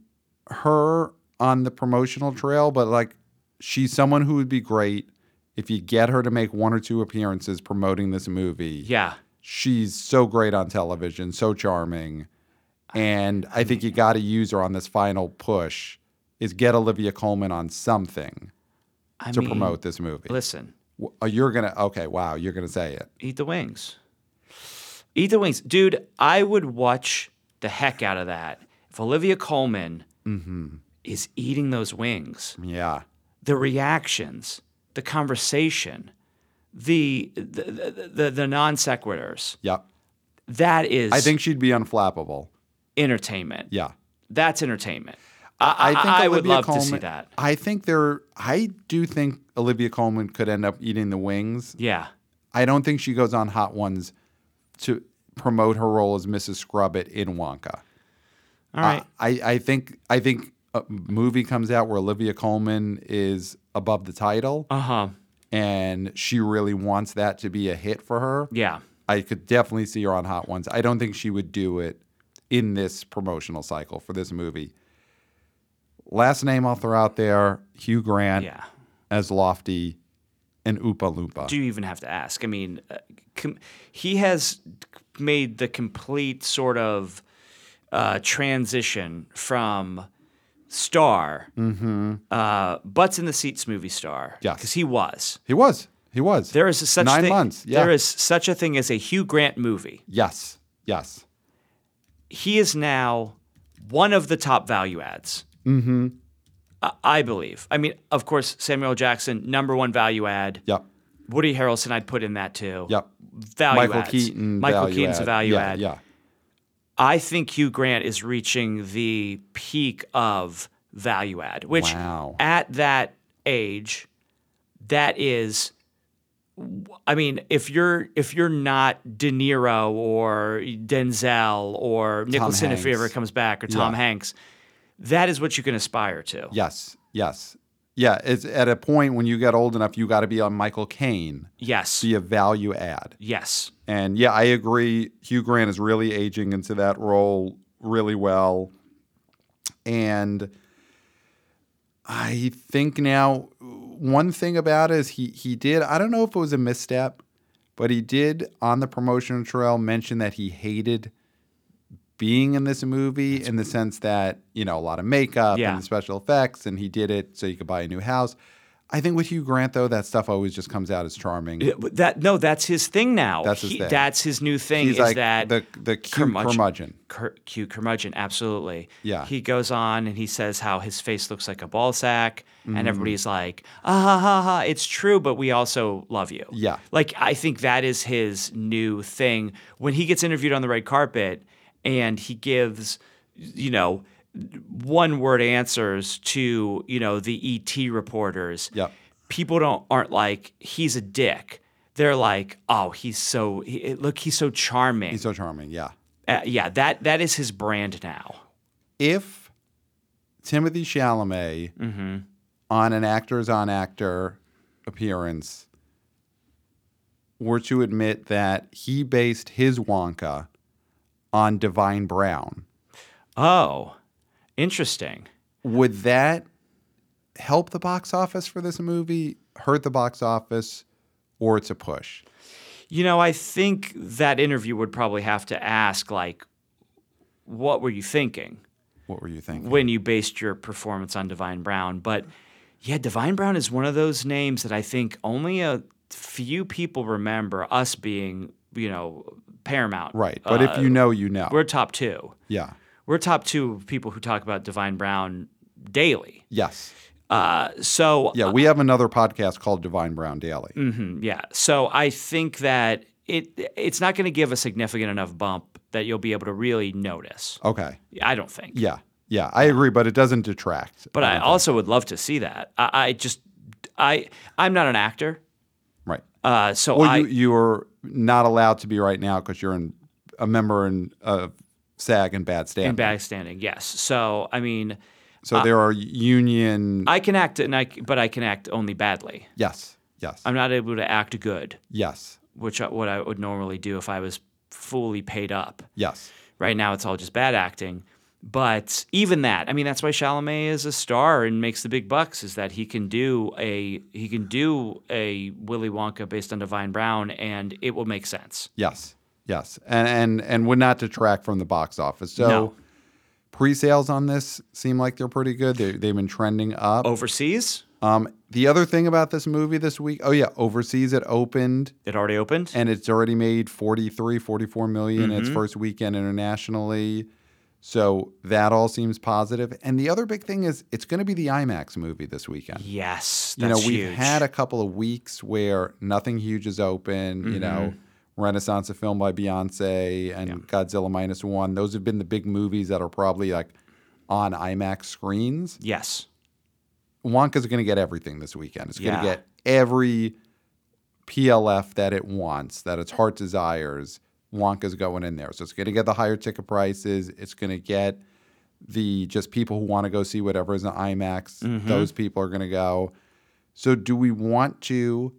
Speaker 2: her on the promotional trail, but like she's someone who would be great if you get her to make one or two appearances promoting this movie.
Speaker 1: Yeah.
Speaker 2: She's so great on television, so charming. And I think you got to use her on this final push is get Olivia Coleman on something
Speaker 1: I
Speaker 2: to
Speaker 1: mean,
Speaker 2: promote this movie.
Speaker 1: Listen,
Speaker 2: W- oh, You're going to Okay, wow, you're going to say it.
Speaker 1: eat the wings. Eat the wings. Dude, I would watch the heck out of that. If Olivia Coleman
Speaker 2: Mm-hmm.
Speaker 1: is eating those wings,
Speaker 2: Yeah.
Speaker 1: the reactions, the conversation, the the, the, the, the non sequiturs,
Speaker 2: Yep.
Speaker 1: that is
Speaker 2: I think she'd be unflappable.
Speaker 1: entertainment.
Speaker 2: Yeah.
Speaker 1: That's entertainment. I, I, I would
Speaker 2: Olivia
Speaker 1: love to see
Speaker 2: Colman-
Speaker 1: that.
Speaker 2: I think there. I do think Olivia Coleman could end up eating the wings.
Speaker 1: Yeah.
Speaker 2: I don't think she goes on Hot Ones to promote her role as Mrs. Scrubbit in Wonka.
Speaker 1: All right.
Speaker 2: I, I think I think a movie comes out where Olivia Coleman is above the title,
Speaker 1: Uh huh.
Speaker 2: and she really wants that to be a hit for her.
Speaker 1: Yeah.
Speaker 2: I could definitely see her on Hot Ones. I don't think she would do it in this promotional cycle for this movie. Last name I'll throw out there Hugh Grant
Speaker 1: Yeah.
Speaker 2: as Lofty and Oopa Loompa.
Speaker 1: Do you even have to ask? I mean, uh, com- he has made the complete sort of uh, transition from star, uh, butts in the seats movie star.
Speaker 2: Mm-hmm. Yes.
Speaker 1: Because he was.
Speaker 2: he was. He was.
Speaker 1: There is such
Speaker 2: Nine
Speaker 1: thing-
Speaker 2: months, yeah.
Speaker 1: There is such a thing as a Hugh Grant movie.
Speaker 2: yes. Yes.
Speaker 1: he is now one of the top value adds. Mm-hmm. I, I believe. I mean, of course, Samuel L. Jackson, number one value add.
Speaker 2: Yep.
Speaker 1: Woody Harrelson, I'd put in that too.
Speaker 2: Yep.
Speaker 1: Value
Speaker 2: Michael
Speaker 1: adds.
Speaker 2: Keaton.
Speaker 1: Michael
Speaker 2: value
Speaker 1: Keaton's
Speaker 2: add.
Speaker 1: a value
Speaker 2: yeah,
Speaker 1: add.
Speaker 2: Yeah.
Speaker 1: I think Hugh Grant is reaching the peak of value add, which
Speaker 2: Wow.
Speaker 1: at that age, that is. I mean, if you're if you're not De Niro or Denzel or Nicholson, if he
Speaker 2: Hanks.
Speaker 1: ever comes back, or Tom
Speaker 2: Yeah.
Speaker 1: Hanks, that is what you can aspire to.
Speaker 2: Yes. Yes. Yeah. It's at a point when you get old enough, you got to be on Michael Caine,
Speaker 1: Yes.
Speaker 2: be a value add.
Speaker 1: Yes.
Speaker 2: And yeah, I agree. Hugh Grant is really aging into that role really well. And I think now one thing about it is he he did, I don't know if it was a misstep, but he did on the promotional trail mention that he hated being in this movie in the sense that, you know, a lot of makeup
Speaker 1: Yeah.
Speaker 2: and the special effects and he did it so he could buy a new house. I think with Hugh Grant though, that stuff always just comes out as charming.
Speaker 1: Yeah, but That no, that's his thing now.
Speaker 2: That's his
Speaker 1: He-
Speaker 2: thing.
Speaker 1: That's his new thing.
Speaker 2: He's
Speaker 1: is
Speaker 2: like
Speaker 1: that
Speaker 2: the the cute
Speaker 1: curmudgeon.
Speaker 2: curmudgeon.
Speaker 1: cur- cute curmudgeon, absolutely.
Speaker 2: Yeah.
Speaker 1: He goes on and he says how his face looks like a ball sack,
Speaker 2: Mm-hmm.
Speaker 1: and everybody's like, ah, ha, ha, ha, it's true, but we also love you.
Speaker 2: Yeah.
Speaker 1: Like, I think that is his new thing. When he gets interviewed on the red carpet and he gives, you know, one word answers to, you know, the ET reporters,
Speaker 2: Yep.
Speaker 1: people don't aren't like, he's a dick. They're like, oh, he's so, he, look, he's so charming.
Speaker 2: He's so charming. Yeah.
Speaker 1: Uh, yeah, that that is his brand now.
Speaker 2: If Timothy Chalamet
Speaker 1: Mm-hmm.
Speaker 2: on an actors on actor appearance were to admit that he based his Wonka on Divine Brown.
Speaker 1: Oh, interesting.
Speaker 2: Would that help the box office for this movie, hurt the box office, or it's a push?
Speaker 1: You know, I think that interview would probably have to ask, like, what were you thinking
Speaker 2: What were you thinking?
Speaker 1: when you based your performance on Divine Brown? But yeah, Divine Brown is one of those names that I think only a few people remember us being, you know, Paramount.
Speaker 2: right. But
Speaker 1: Uh,
Speaker 2: if you know, you know.
Speaker 1: we're top two.
Speaker 2: Yeah.
Speaker 1: We're top two of people who talk about Divine Brown daily.
Speaker 2: Yes.
Speaker 1: Uh, so
Speaker 2: Yeah. We have another podcast called Divine Brown Daily.
Speaker 1: Mhm, yeah. So I think that it it's not going to give a significant enough bump that you'll be able to really notice.
Speaker 2: Okay.
Speaker 1: I don't think.
Speaker 2: Yeah. Yeah. I agree, but it doesn't detract.
Speaker 1: But I also would love to see that. I, I just I I'm not an actor,
Speaker 2: right.
Speaker 1: uh, so
Speaker 2: Well,
Speaker 1: I
Speaker 2: you, you are not allowed to be right now because you're in, a member in uh, SAG and bad standing.
Speaker 1: in bad standing. Yes. So I mean,
Speaker 2: so there are union.
Speaker 1: I can act, and I c- but I can act only badly.
Speaker 2: yes. Yes.
Speaker 1: I'm not able to act good,
Speaker 2: yes.
Speaker 1: which I, what I would normally do if I was fully paid up.
Speaker 2: Yes.
Speaker 1: Right now, it's all just bad acting. But even that, I mean, that's why Chalamet is a star and makes the big bucks. Is that he can do a he can do a Willy Wonka based on Divine Brown, and it will make sense.
Speaker 2: Yes. Yes. And and and would not detract from the box office. So
Speaker 1: No.
Speaker 2: pre-sales on this seem like they're pretty good. They, they've been trending up.
Speaker 1: Oh. Overseas,
Speaker 2: Um, the other thing about this movie this week, oh yeah, overseas it opened
Speaker 1: it already opened.
Speaker 2: and it's already made 43, 44 million its
Speaker 1: Mm-hmm.
Speaker 2: first weekend internationally. So that all seems positive. And the other big thing is it's going to be the IMAX movie this weekend.
Speaker 1: yes,
Speaker 2: you know,
Speaker 1: that's
Speaker 2: we've
Speaker 1: huge.
Speaker 2: had a couple of weeks where nothing huge is open, you
Speaker 1: Mm-hmm.
Speaker 2: know, Renaissance of Film by Beyonce and Godzilla Minus One. Those have been the big movies that are probably like on IMAX screens.
Speaker 1: yes,
Speaker 2: Wonka's going to get everything this weekend. It's going
Speaker 1: Yeah.
Speaker 2: to get every PLF that it wants, that its heart desires. Wonka's going in there. So it's going to get the higher ticket prices. It's going to get the just people who want to go see whatever is in IMAX.
Speaker 1: Mm-hmm.
Speaker 2: Those people are going to go. So do we want to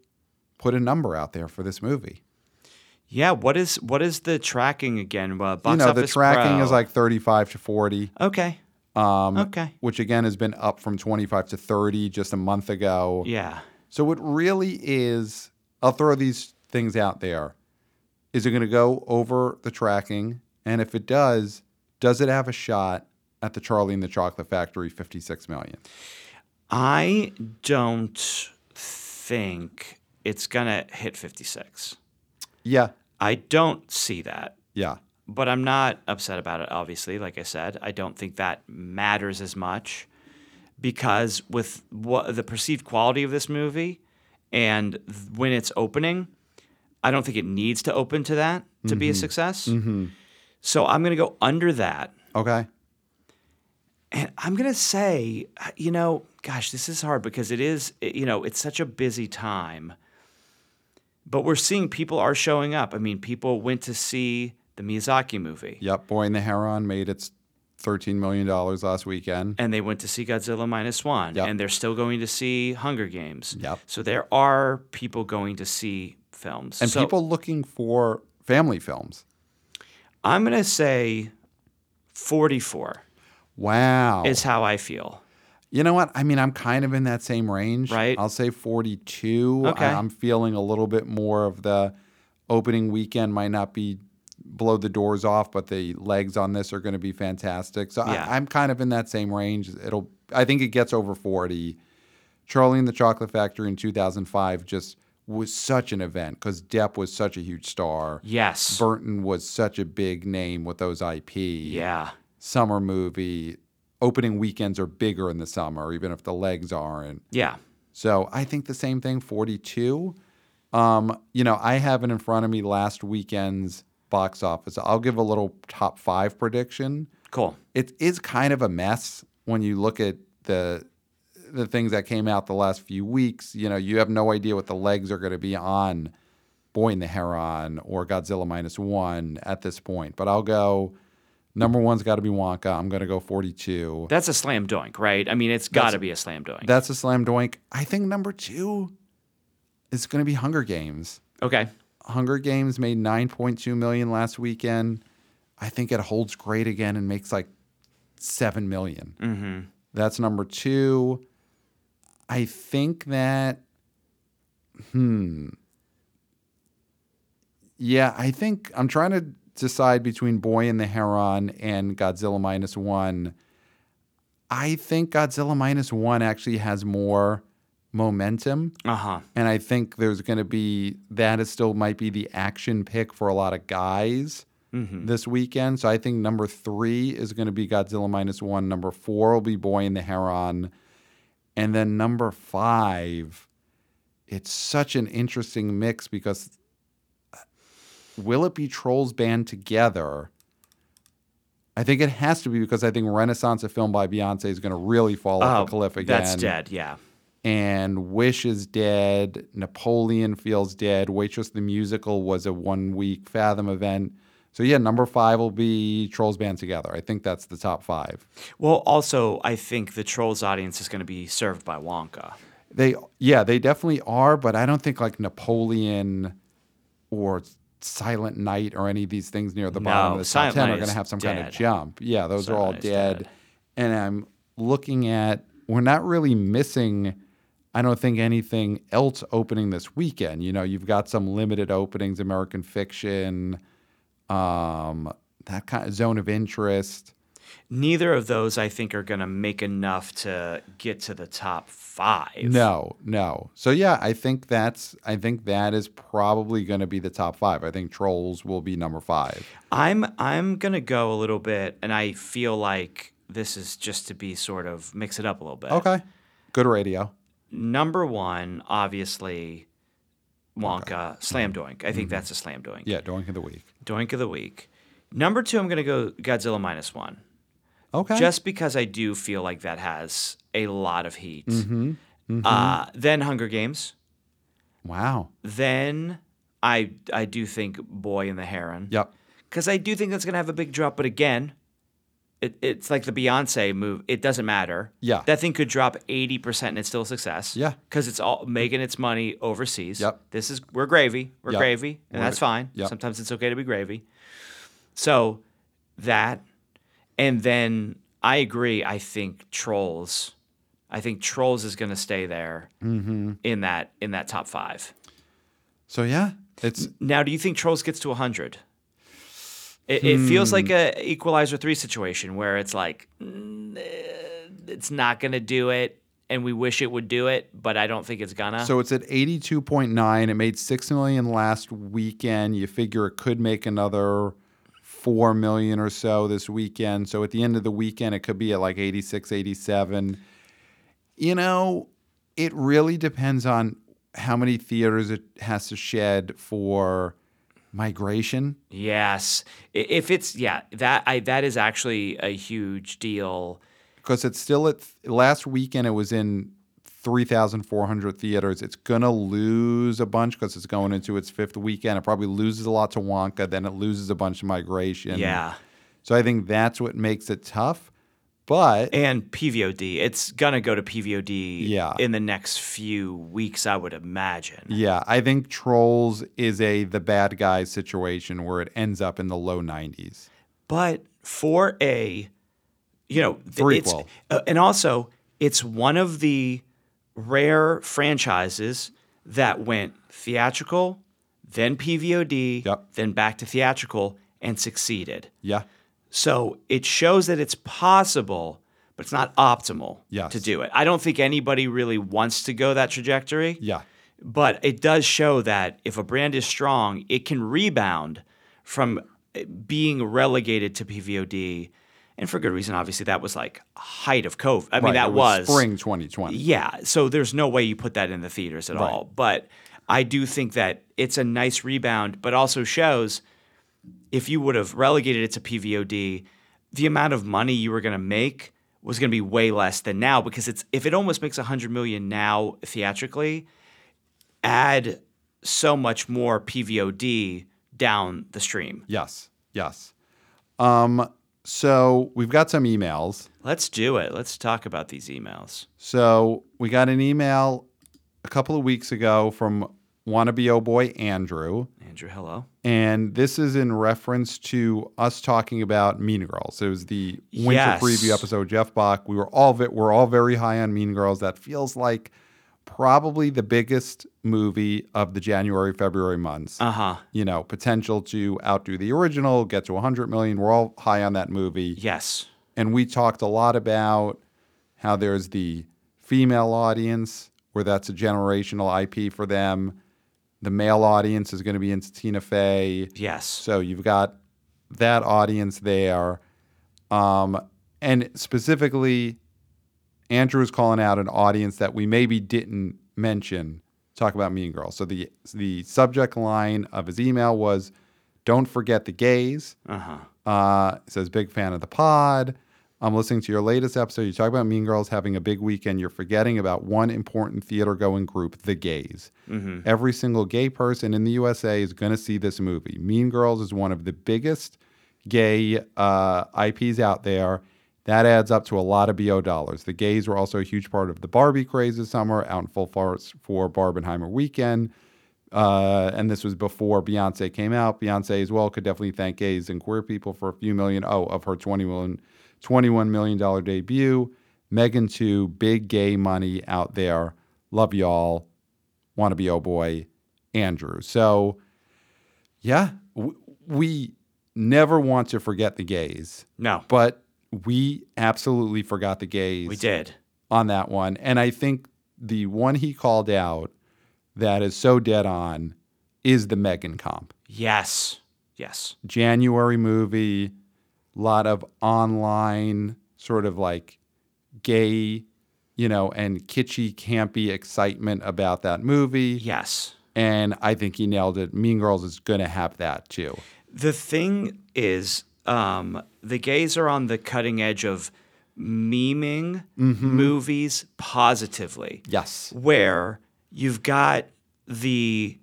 Speaker 2: put a number out there for this movie?
Speaker 1: yeah. What is what is the tracking again? Uh, box
Speaker 2: you know, the
Speaker 1: Office
Speaker 2: tracking
Speaker 1: Pro.
Speaker 2: is like 35 to 40.
Speaker 1: okay,
Speaker 2: Um,
Speaker 1: okay,
Speaker 2: Which again has been up from 25 to 30 just a month ago.
Speaker 1: yeah,
Speaker 2: So it really is. I'll throw these things out there. Is it going to go over the tracking? And if it does, does it have a shot at the Charlie and the Chocolate Factory 56 million?
Speaker 1: I don't think it's gonna hit fifty six.
Speaker 2: Yeah.
Speaker 1: I don't see that,
Speaker 2: Yeah.
Speaker 1: but I'm not upset about it, obviously. Like I said, I don't think that matters as much because with what the perceived quality of this movie and th- when it's opening, I don't think it needs to open to that to be a success. So I'm going to go under that.
Speaker 2: Okay.
Speaker 1: And I'm going to say, uh, you know, gosh, this is hard because it is, you know, it's such a busy time. But we're seeing people are showing up. I mean, people went to see the Miyazaki movie
Speaker 2: Yep. Boy and the Heron made its $13 million last weekend.
Speaker 1: and they went to see Godzilla Minus One
Speaker 2: Yep.
Speaker 1: and they're still going to see Hunger Games.
Speaker 2: Yep.
Speaker 1: So there are people going to see films.
Speaker 2: And
Speaker 1: So
Speaker 2: people looking for family films.
Speaker 1: I'm going to say 44
Speaker 2: Wow.
Speaker 1: is how I feel.
Speaker 2: You know what? I mean, I'm kind of in that same range.
Speaker 1: Right.
Speaker 2: I'll say 42.
Speaker 1: Okay.
Speaker 2: I, am feeling a little bit more of the opening weekend might not be blow the doors off, but the legs on this are going to be fantastic. So
Speaker 1: Yeah.
Speaker 2: I, I'm kind of in that same range. It'll. I think it gets over 40. Charlie and the Chocolate Factory in 2005 just was such an event because Depp was such a huge star.
Speaker 1: Yes.
Speaker 2: Burton was such a big name with those IP
Speaker 1: yeah.
Speaker 2: summer movie. Opening weekends are bigger in the summer, even if the legs aren't.
Speaker 1: Yeah.
Speaker 2: So I think the same thing, 42. Um, you know, I have it in front of me last weekend's box office. I'll give a little top five prediction.
Speaker 1: Cool.
Speaker 2: It is kind of a mess when you look at the the things that came out the last few weeks. You know, you have no idea what the legs are going to be on Boy in the Heron or Godzilla minus one at this point. But I'll go. Number one's got to be Wonka. I'm going to go 42.
Speaker 1: That's a slam dunk, right? I mean, it's got to be a slam dunk.
Speaker 2: That's a slam doink. I think number two is going to be Hunger Games.
Speaker 1: okay.
Speaker 2: Hunger Games made 9.2 million last weekend. I think it holds great again and makes like seven million. That's number two. I think that, hmm, yeah, I think I'm trying to decide between Boy and the Heron and Godzilla minus one. I think Godzilla minus one actually has more momentum.
Speaker 1: Uh huh.
Speaker 2: And I think there's going to be that is still might be the action pick for a lot of guys
Speaker 1: Mm.
Speaker 2: this weekend. So I think number three is going to be Godzilla minus one. Number four will be Boy and the Heron. And then number five, it's such an interesting mix because uh, will it be Trolls Band together? I think it has to be because I think Renaissance, a film by Beyonce, is going to really fall off a cliff again
Speaker 1: Oh, That's dead. Yeah.
Speaker 2: and Wish is dead. Napoleon feels dead. Waitress the Musical was a one week Fathom event. So, yeah, number five will be Trolls Band Together. I think that's the top five.
Speaker 1: Well, also, I think the trolls audience is going to be served by Wonka.
Speaker 2: They, yeah, they definitely are, but I don't think like Napoleon or Silent Night or any of these things near the bottom of the
Speaker 1: Silent
Speaker 2: top 10
Speaker 1: Night
Speaker 2: are going
Speaker 1: is
Speaker 2: to have some kind
Speaker 1: dead.
Speaker 2: of jump. Yeah, those are all
Speaker 1: Silent Night is
Speaker 2: dead.
Speaker 1: dead.
Speaker 2: And I'm looking at, we're not really missing, I don't think, anything else opening this weekend. You know, you've got some limited openings, American Fiction, um, that kind of zone of interest.
Speaker 1: Neither of those, I think, are going to make enough to get to the top five.
Speaker 2: No, no. So yeah, I think that's I think that is probably going to be the top 5. I think Trolls will be number 5.
Speaker 1: I'm I'm gonna go a little bit, and I feel like this is just to be sort of mix it up a little bit.
Speaker 2: Okay. Good radio.
Speaker 1: Number one, obviously, Wonka Slam Doink. I think that's a Slam Doink.
Speaker 2: Mm-hmm. Yeah, Doink of the Week.
Speaker 1: Doink of the week. Number two, I'm gonna go Godzilla minus one,
Speaker 2: Okay.
Speaker 1: just because I do feel like that has a lot of heat.
Speaker 2: Mm-hmm.
Speaker 1: Uh, then Hunger Games.
Speaker 2: wow.
Speaker 1: Then I I do think Boy and the Heron.
Speaker 2: Yep.
Speaker 1: because I do think that's going to have a big drop. But again, it, it's like the Beyonce move. It doesn't matter.
Speaker 2: Yeah.
Speaker 1: that thing could drop eighty percent and it's still a success.
Speaker 2: Yeah.
Speaker 1: because it's all making its money overseas.
Speaker 2: Yep.
Speaker 1: This is we're gravy. We're
Speaker 2: Yep.
Speaker 1: gravy, and
Speaker 2: We're-
Speaker 1: that's fine.
Speaker 2: yep.
Speaker 1: Sometimes it's okay to be gravy. So that, and then I agree. I think trolls. I think trolls is going to stay there
Speaker 2: Mm-hmm.
Speaker 1: in that in that top five.
Speaker 2: So yeah, it's
Speaker 1: Now, do you think Trolls gets to 100? It, it feels like a Equalizer 3 situation where it's like, mm, eh, it's not going to do it, and we wish it would do it, but I don't think it's gonna.
Speaker 2: so it's at 82.9. It made 6 million last weekend. You figure it could make another 4 million or so this weekend. So at the end of the weekend it could be at like 86, 87. You know, it really depends on how many theaters it has to shed for migration.
Speaker 1: yes. I- If it's, yeah, that I that is actually a huge deal.
Speaker 2: because it's still at last weekend it was in 3400 theaters it's going to lose a bunch because it's going into its fifth weekend it probably loses a lot to wonka then it loses a bunch to migration
Speaker 1: Yeah.
Speaker 2: so i think that's what makes it tough but
Speaker 1: And PVOD. It's gonna go to PVOD
Speaker 2: Yeah.
Speaker 1: in the next few weeks, I would imagine.
Speaker 2: yeah i think trolls is a the bad guy situation where it ends up in the low 90s
Speaker 1: but for a you know th- it's,
Speaker 2: Threequel.
Speaker 1: uh, and also it's one of the rare franchises that went theatrical then pvod
Speaker 2: Yep.
Speaker 1: then back to theatrical and succeeded
Speaker 2: yeah
Speaker 1: so it shows that it's possible but it's not optimal
Speaker 2: Yes.
Speaker 1: to do it i don't think anybody really wants to go that trajectory
Speaker 2: yeah
Speaker 1: but it does show that if a brand is strong, it can rebound from eh, being relegated to PVOD, and for good reason. Obviously, that was like height of COVID. I mean,
Speaker 2: Right,
Speaker 1: that
Speaker 2: it
Speaker 1: was,
Speaker 2: spring 2020
Speaker 1: Yeah, so there's no way you put that in the theaters at all. But I do think that it's a nice rebound, but also shows if you would have relegated it to PVOD, the amount of money you were going to make was going to be way less than now because it's if it almost makes 100 million now theatrically, add so much more PVOD down the stream.
Speaker 2: yes yes um so we've got some emails
Speaker 1: Let's do it. Let's talk about these emails.
Speaker 2: So we got an email a couple of weeks ago from wannabe oh boy Andrew.
Speaker 1: Andrew, hello.
Speaker 2: And this is in reference to us talking about Mean Girls. It was the winter
Speaker 1: Yes.
Speaker 2: preview episode. Jeff Bach. We were all vi- we're all very high on Mean Girls. That feels like probably the biggest movie of the January February months.
Speaker 1: Uh huh.
Speaker 2: you know, potential to outdo the original, get to 100 million. We're all high on that movie
Speaker 1: Yes.
Speaker 2: and we talked a lot about how there's the female audience where that's a generational IP for them. The male audience is going to be into Tina Fey.
Speaker 1: Yes.
Speaker 2: So you've got that audience there. Um, and specifically, Andrew is calling out an audience that we maybe didn't mention. Talk about Mean Girls. So the the subject line of his email was, "Don't forget the gays."
Speaker 1: Uh huh.
Speaker 2: Uh, it says, big fan of the pod. I'm listening to your latest episode. You talk about Mean Girls having a big weekend. You're forgetting about one important theater going group, the gays. Every single gay person in the USA is going to see this movie. Mean Girls is one of the biggest gay uh, IPs out there. That adds up to a lot of BO dollars. The gays were also a huge part of the Barbie craze this summer, out in full force for Barbenheimer weekend. Uh, and this was before Beyonce came out. Beyonce as well could definitely thank gays and queer people for a few million oh of her 21 $21 million dollar debut. Megan too, big gay money out there. Love y'all. Wanna be oh boy, Andrew. So yeah, w- we never want to forget the gays,
Speaker 1: No,
Speaker 2: but we absolutely forgot the gays
Speaker 1: we did.
Speaker 2: on that one. And I think the one he called out that is so dead on is the Megan comp.
Speaker 1: Yes. Yes.
Speaker 2: January movie, lot of online sort of like gay, you know, and kitschy, campy excitement about that movie.
Speaker 1: Yes.
Speaker 2: And I think he nailed it. Mean Girls is going to have that too.
Speaker 1: The thing is, um, the gays are on the cutting edge of memeing movies positively.
Speaker 2: Yes.
Speaker 1: where you've got the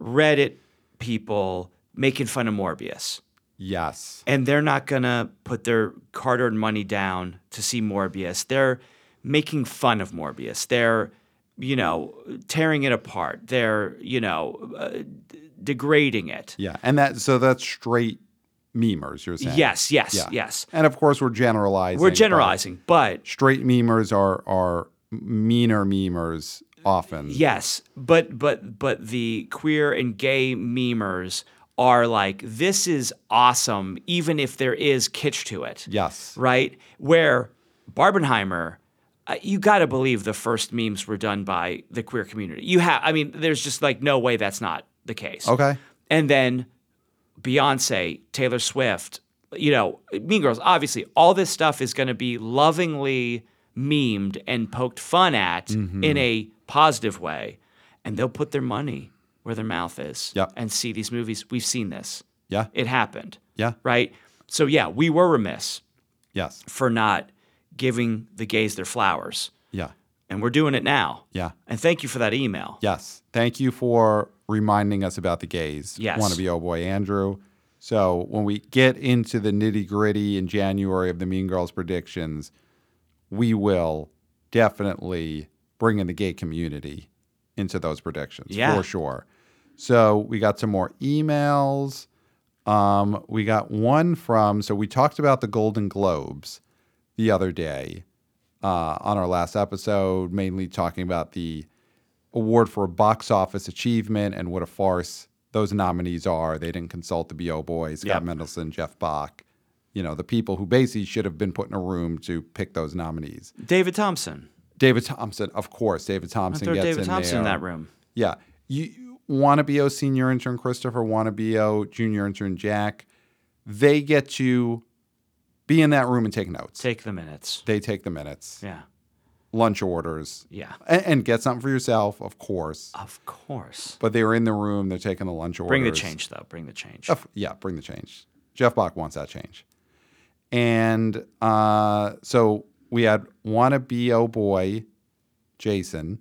Speaker 1: Reddit people making fun of Morbius,
Speaker 2: Yes.
Speaker 1: and they're not gonna put their hard-earned money down to see Morbius. They're making fun of Morbius. They're, you know, tearing it apart. They're, you know, uh, d- degrading it.
Speaker 2: Yeah. And that, so that's straight memers, you're saying?
Speaker 1: Yes, yes,
Speaker 2: Yeah.
Speaker 1: yes.
Speaker 2: And of course, we're generalizing.
Speaker 1: We're
Speaker 2: but-
Speaker 1: generalizing, but
Speaker 2: straight memers are are meaner memers often.
Speaker 1: Yes, but but but the queer and gay memers are like this is awesome, even if there is kitsch to it,
Speaker 2: Yes.
Speaker 1: right? Where Barbenheimer, uh, you got to believe the first memes were done by the queer community. You have, I mean, there's just like no way that's not the case.
Speaker 2: Okay.
Speaker 1: And then Beyonce, Taylor Swift, you know, Mean Girls, obviously, all this stuff is going to be lovingly memed and poked fun at
Speaker 2: Mm-hmm.
Speaker 1: in a positive way. And they'll put their money where their mouth is
Speaker 2: Yep.
Speaker 1: and see these movies. We've seen this.
Speaker 2: Yeah.
Speaker 1: It happened,
Speaker 2: Yeah.
Speaker 1: right? So, yeah, we were remiss
Speaker 2: Yes.
Speaker 1: for not giving the gays their flowers.
Speaker 2: Yeah.
Speaker 1: And we're doing it now.
Speaker 2: Yeah.
Speaker 1: And thank you for that email.
Speaker 2: Yes. Thank you for reminding us about the gays.
Speaker 1: Yes.
Speaker 2: Want to be oh boy Andrew. So when we get into the nitty gritty in January of the Mean Girls predictions, we will definitely bring in the gay community into those predictions
Speaker 1: Yeah.
Speaker 2: for sure. So we got some more emails. Um, we got one from so we talked about the Golden Globes the other day uh, on our last episode, mainly talking about the award for box office achievement and what a farce those nominees are. They didn't consult the BO boys, Scott
Speaker 1: Yep.
Speaker 2: Mendelson, Jeff Bach, you know, the people who basically should have been put in a room to pick those nominees.
Speaker 1: David Thompson.
Speaker 2: David Thompson, of course, David Thompson
Speaker 1: Throw
Speaker 2: gets
Speaker 1: David
Speaker 2: in
Speaker 1: Thompson
Speaker 2: there.
Speaker 1: in that room.
Speaker 2: Yeah. You want to be O senior intern Christopher, want to be O junior intern Jack. They get to be in that room and take notes.
Speaker 1: Take the minutes.
Speaker 2: They take the minutes,
Speaker 1: Yeah.
Speaker 2: lunch orders,
Speaker 1: Yeah.
Speaker 2: and, and get something for yourself, of course.
Speaker 1: Of course.
Speaker 2: But they were in the room. They're taking the lunch orders.
Speaker 1: Bring the change, though. Bring the change.
Speaker 2: Of- yeah, bring the change. Jeff Bach wants that change. And uh, so we had wanna be oh boy, Jason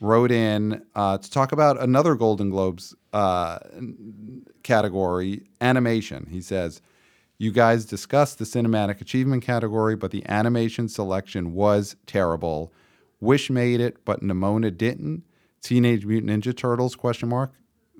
Speaker 2: wrote in uh, to talk about another Golden Globes uh, category, animation. He says, "You guys discussed the cinematic achievement category, but the animation selection was terrible. Wish made it, but Nimona didn't. Teenage Mutant Ninja Turtles? Question mark.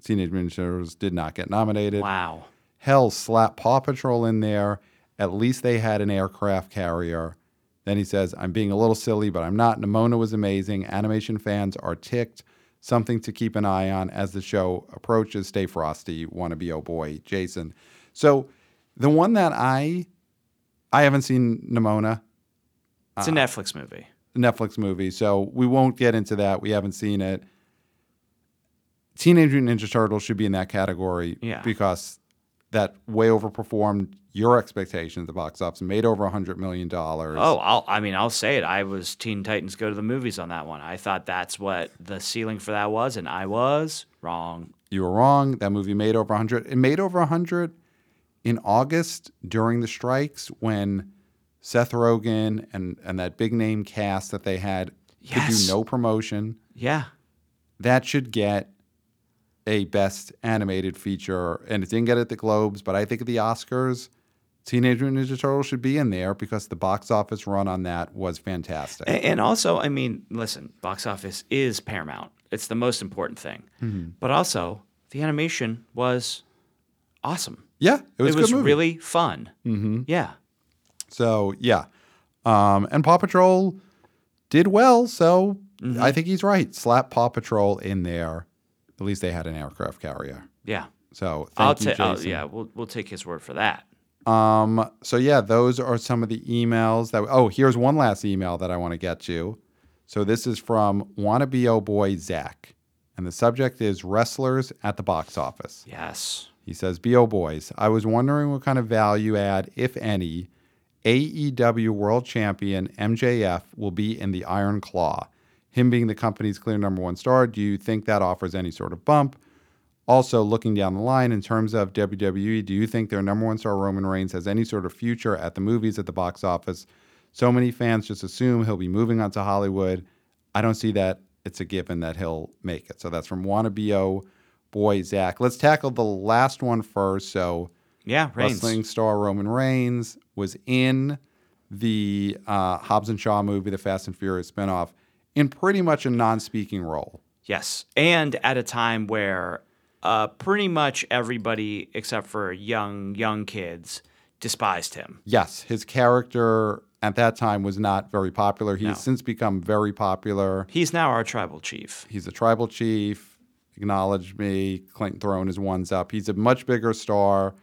Speaker 2: Teenage Mutant Ninja Turtles did not get nominated.
Speaker 1: Wow.
Speaker 2: Hell, slap Paw Patrol in there. At least they had an aircraft carrier. Then he says, I'm being a little silly, but I'm not. Nimona was amazing. Animation fans are ticked. Something to keep an eye on as the show approaches. Stay frosty. Want to be oh boy, Jason. So the one that I I haven't seen Nimona.
Speaker 1: It's
Speaker 2: Ah.
Speaker 1: a Netflix movie.
Speaker 2: Netflix movie, so we won't get into that. We haven't seen it. Teenage Mutant Ninja Turtles should be in that category
Speaker 1: Yeah.
Speaker 2: because that way overperformed your expectations at the box office, made over $100 million.
Speaker 1: Oh, I'll, I mean, I'll say it. I was Teen Titans Go to the Movies on that one. I thought that's what the ceiling for that was, and I was wrong.
Speaker 2: You were wrong. That movie made over 100. It made over 100 in August during the strikes when Seth Rogen and, and that big name cast that they had could
Speaker 1: Yes.
Speaker 2: do no promotion.
Speaker 1: Yeah.
Speaker 2: that should get a best animated feature and it didn't get it at the globes but i think at the oscars teenage mutant ninja turtles should be in there because the box office run on that was fantastic
Speaker 1: A- And also, I mean, listen, box office is paramount. It's the most important thing.
Speaker 2: Mm-hmm.
Speaker 1: But also, the animation was awesome.
Speaker 2: yeah it was,
Speaker 1: It
Speaker 2: a
Speaker 1: was
Speaker 2: good movie.
Speaker 1: really fun. Mm-hmm. Yeah.
Speaker 2: so yeah um, and paw patrol did well so
Speaker 1: Mm-hmm.
Speaker 2: i think he's right slap paw patrol in there at least they had an aircraft carrier
Speaker 1: Yeah.
Speaker 2: so thank
Speaker 1: I'll
Speaker 2: you
Speaker 1: take.
Speaker 2: jason
Speaker 1: Yeah, we'll we'll take his word for that.
Speaker 2: Um, so yeah, those are some of the emails that. Oh, here's one last email that I want to get to. So this is from wannabe oh boy Zach, and the subject is wrestlers at the box office.
Speaker 1: Yes.
Speaker 2: He says, "Bo boys, I was wondering what kind of value add, if any, AEW World Champion MJF will be in the Iron Claw. Him being the company's clear number one star, do you think that offers any sort of bump?" Also, looking down the line in terms of WWE, do you think their number one star Roman Reigns has any sort of future at the movies at the box office? So many fans just assume he'll be moving on to Hollywood. I don't see that. It's a given that he'll make it. So that's from Wannabe O Boy Zach. Let's tackle the last one first. So,
Speaker 1: Yeah. Reigns.
Speaker 2: wrestling star Roman Reigns was in the uh, Hobbs and Shaw movie, the Fast and Furious spinoff, in pretty much a non speaking role.
Speaker 1: Yes, and at a time where uh, pretty much everybody except for young young kids despised him.
Speaker 2: Yes, his character at that time was not very popular. He's
Speaker 1: No.
Speaker 2: since become very popular.
Speaker 1: He's now our tribal chief.
Speaker 2: He's a tribal chief. Acknowledge me. Clinton throwing his ones up. He's a much bigger star.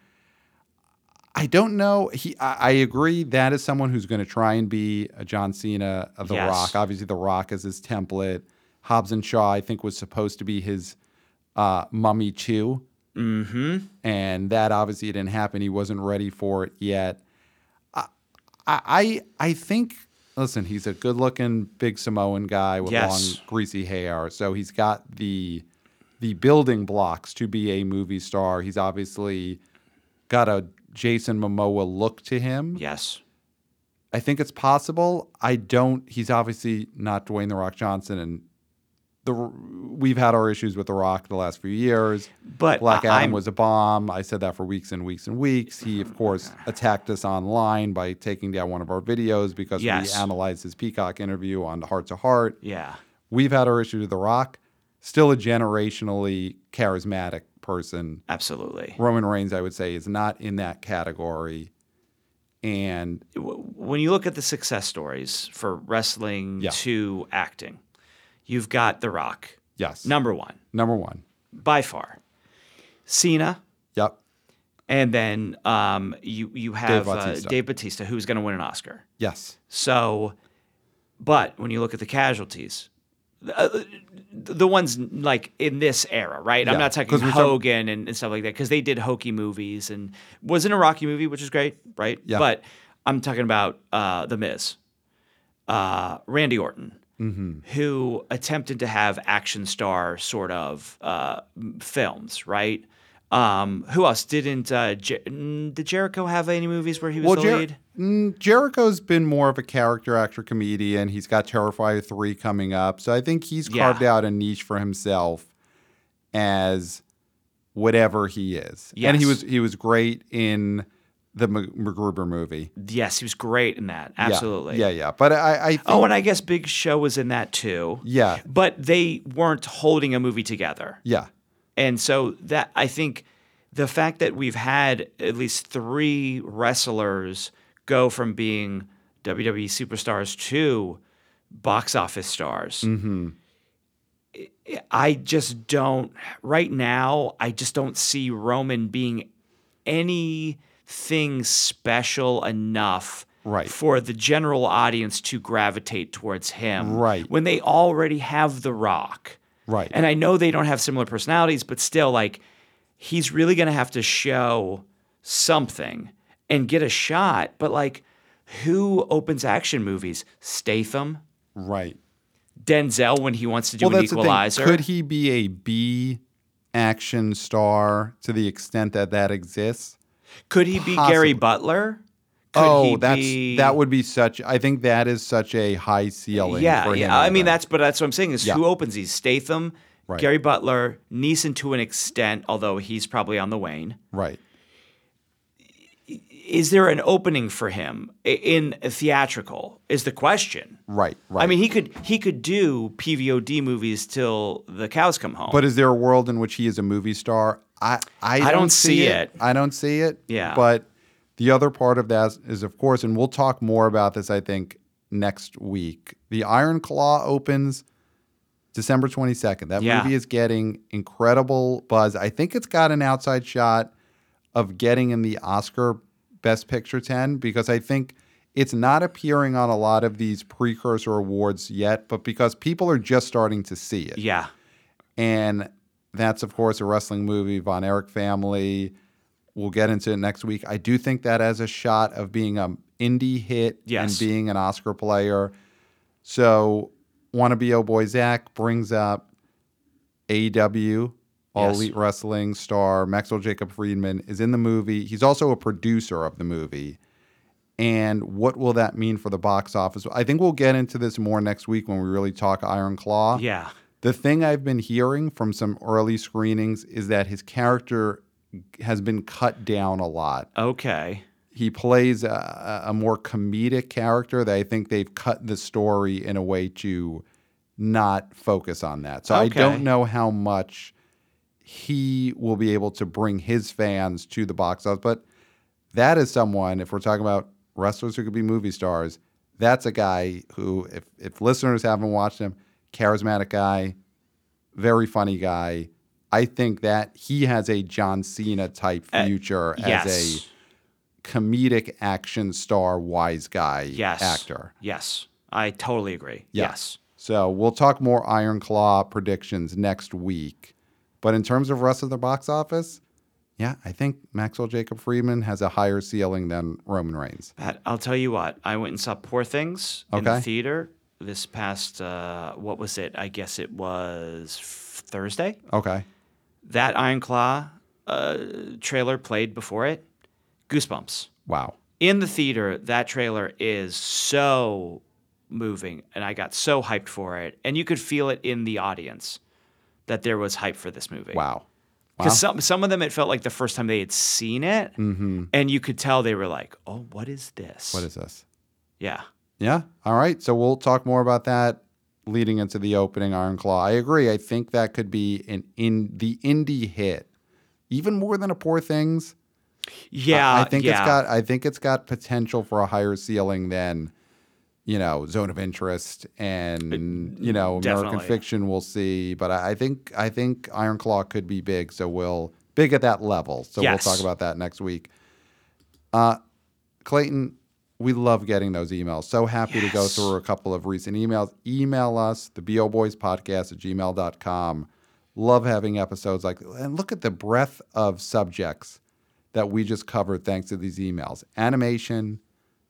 Speaker 2: I don't know. He, I, I agree. That is someone who's going to try and be a John Cena of The
Speaker 1: Yes.
Speaker 2: Rock. Obviously, The Rock is his template. Hobbs and Shaw, I think, was supposed to be his uh, mummy too. Mm-hmm. And that obviously didn't happen. He wasn't ready for it yet. I I I think listen, he's a good looking big Samoan guy with
Speaker 1: Yes.
Speaker 2: long greasy hair. So he's got the the building blocks to be a movie star. He's obviously got a Jason Momoa look to him.
Speaker 1: Yes,
Speaker 2: I think it's possible. I don't. He's obviously not Dwayne the Rock Johnson, and the we've had our issues with the Rock the last few years.
Speaker 1: But
Speaker 2: Black
Speaker 1: I-
Speaker 2: Adam
Speaker 1: I'm-
Speaker 2: was a bomb. I said that for weeks and weeks and weeks. He of course attacked us online by taking down one of our videos because
Speaker 1: Yes.
Speaker 2: we analyzed his Peacock interview on Heart to Heart.
Speaker 1: yeah,
Speaker 2: We've had our issues with the Rock. Still a generationally charismatic person.
Speaker 1: absolutely.
Speaker 2: Roman Reigns, I would say, is not in that category. And
Speaker 1: w- when you look at the success stories for wrestling
Speaker 2: Yeah.
Speaker 1: to acting, you've got The Rock,
Speaker 2: yes,
Speaker 1: number one
Speaker 2: number one.
Speaker 1: by far, Cena,
Speaker 2: Yep.
Speaker 1: and then um, you you have
Speaker 2: Bautista.
Speaker 1: Uh, Dave Batista, who's going to win an Oscar.
Speaker 2: Yes.
Speaker 1: So, but when you look at the casualties, uh, the ones like in this era, right?
Speaker 2: Yeah,
Speaker 1: I'm not talking
Speaker 2: 'cause we're talking-
Speaker 1: Hogan and, and stuff like that because they did hokey movies and was in a Rocky movie, which is great, right?
Speaker 2: Yeah.
Speaker 1: But I'm talking about uh, The Miz, uh, Randy Orton,
Speaker 2: Mm-hmm.
Speaker 1: who attempted to have action star sort of uh, m- films, right? Um, who else didn't? Uh, Jer- mm, did Jericho have any movies where he was the
Speaker 2: Jer-
Speaker 1: lead?
Speaker 2: mm, Jericho's been more of a character actor comedian. He's got Terrifier 3 coming up. So I think he's
Speaker 1: Yeah.
Speaker 2: carved out a niche for himself as whatever he is. And he
Speaker 1: Yes.
Speaker 2: was he was great in the Mag- MacGruber movie.
Speaker 1: Yes, he was great in that.
Speaker 2: Yeah.
Speaker 1: Absolutely.
Speaker 2: Yeah, yeah. But I, I think,
Speaker 1: Oh, and I guess Big Show was in that too.
Speaker 2: yeah,
Speaker 1: But they weren't holding a movie together.
Speaker 2: yeah,
Speaker 1: And so that I think the fact that we've had at least three wrestlers go from being WWE superstars to box office stars.
Speaker 2: Mm-hmm.
Speaker 1: I- I just don't right now I just don't see Roman being anything special enough
Speaker 2: Right.
Speaker 1: for the general audience to gravitate towards him
Speaker 2: Right.
Speaker 1: when they already have The Rock.
Speaker 2: right.
Speaker 1: And I know they don't have similar personalities, but still, like, he's really going to have to show something and get a shot. But, like, who opens action movies? Statham?
Speaker 2: right.
Speaker 1: Denzel when he wants to do an
Speaker 2: that's the thing.
Speaker 1: equalizer?
Speaker 2: Could he be a B action star to the extent that that exists?
Speaker 1: Could he be Gary Butler? Could
Speaker 2: oh,
Speaker 1: he
Speaker 2: that's
Speaker 1: be-
Speaker 2: that would be such. I think that is such a high ceiling.
Speaker 1: Yeah,
Speaker 2: for him
Speaker 1: yeah. I mean,
Speaker 2: even.
Speaker 1: that's but that's what I'm saying is
Speaker 2: Yeah.
Speaker 1: who opens these? Statham,
Speaker 2: Right.
Speaker 1: Gary Butler, Neeson to an extent, although he's probably on the wane.
Speaker 2: right.
Speaker 1: Is there an opening for him i- in theatrical? Is the question.
Speaker 2: Right, right.
Speaker 1: I mean, he could he could do PVOD movies till the cows come home.
Speaker 2: but is there a world in which he is a movie star? I I,
Speaker 1: don't see it.
Speaker 2: I don't see it.
Speaker 1: Yeah.
Speaker 2: But the other part of that is, of course, and we'll talk more about this. I think next week, the Iron Claw opens December twenty second. That
Speaker 1: Yeah.
Speaker 2: movie is getting incredible buzz. I think it's got an outside shot of getting in the Oscar Best Picture 10 because I think it's not appearing on a lot of these precursor awards yet, but because people are just starting to see it.
Speaker 1: yeah,
Speaker 2: And that's, of course, a wrestling movie, Von Erich Family. We'll get into it next week. I do think that has a shot of being an indie hit
Speaker 1: Yes.
Speaker 2: and being an Oscar player. So, Wanna Be Oh Boy Zach brings up AEW, All
Speaker 1: Yes.
Speaker 2: Elite Wrestling star Maxwell Jacob Friedman is in the movie. He's also a producer of the movie. And what will that mean for the box office? I think we'll get into this more next week when we really talk Iron Claw.
Speaker 1: yeah,
Speaker 2: The thing I've been hearing from some early screenings is that his character has been cut down a lot.
Speaker 1: okay,
Speaker 2: He plays a, a more comedic character that I think they've cut the story in a way to not focus on that. So I
Speaker 1: Okay.
Speaker 2: don't know how much he will be able to bring his fans to the box office, but that is someone, if we're talking about wrestlers who could be movie stars, that's a guy who, if, if listeners haven't watched him, charismatic guy, very funny guy. I think that he has a John Cena type
Speaker 1: Uh,
Speaker 2: future as
Speaker 1: yes,
Speaker 2: a comedic action star, wise guy
Speaker 1: yes,
Speaker 2: actor.
Speaker 1: yes. I totally agree.
Speaker 2: Yeah.
Speaker 1: Yes,
Speaker 2: So we'll talk more Iron Claw predictions next week. But in terms of rest of the box office, yeah, I think Maxwell Jacob Friedman has a higher ceiling than Roman Reigns.
Speaker 1: Pat, I'll tell you what. I went and saw Poor Things in
Speaker 2: Okay.
Speaker 1: the theater this past. Uh, what was it? I guess it was f- Thursday.
Speaker 2: Okay.
Speaker 1: That Iron Claw uh, trailer played before it. Goosebumps.
Speaker 2: Wow.
Speaker 1: in the theater, that trailer is so moving, and I got so hyped for it, and you could feel it in the audience that there was hype for this movie.
Speaker 2: Wow.
Speaker 1: Because some some of them, it felt like the first time they had seen it, and you could tell they were like, "Oh, what is this?"
Speaker 2: Mm-hmm. What is this?
Speaker 1: yeah,
Speaker 2: Yeah. All right. So we'll talk more about that leading into the opening Iron Claw. I agree. I think that could be an in the indie hit. Even more than a poor things.
Speaker 1: yeah.
Speaker 2: I, I think
Speaker 1: yeah.
Speaker 2: it's got I think it's got potential for a higher ceiling than, you know, zone of interest and you know, American
Speaker 1: definitely.
Speaker 2: fiction we'll see. But I, I think I think Iron Claw could be big, so we'll big at that level. So
Speaker 1: Yes.
Speaker 2: we'll talk about that next week. Uh Clayton, we love getting those emails. So happy to go
Speaker 1: Yes.
Speaker 2: through a couple of recent emails. Email us, the BO Boys Podcast at gmail.com. Love having episodes like and look at the breadth of subjects that we just covered thanks to these emails. Animation,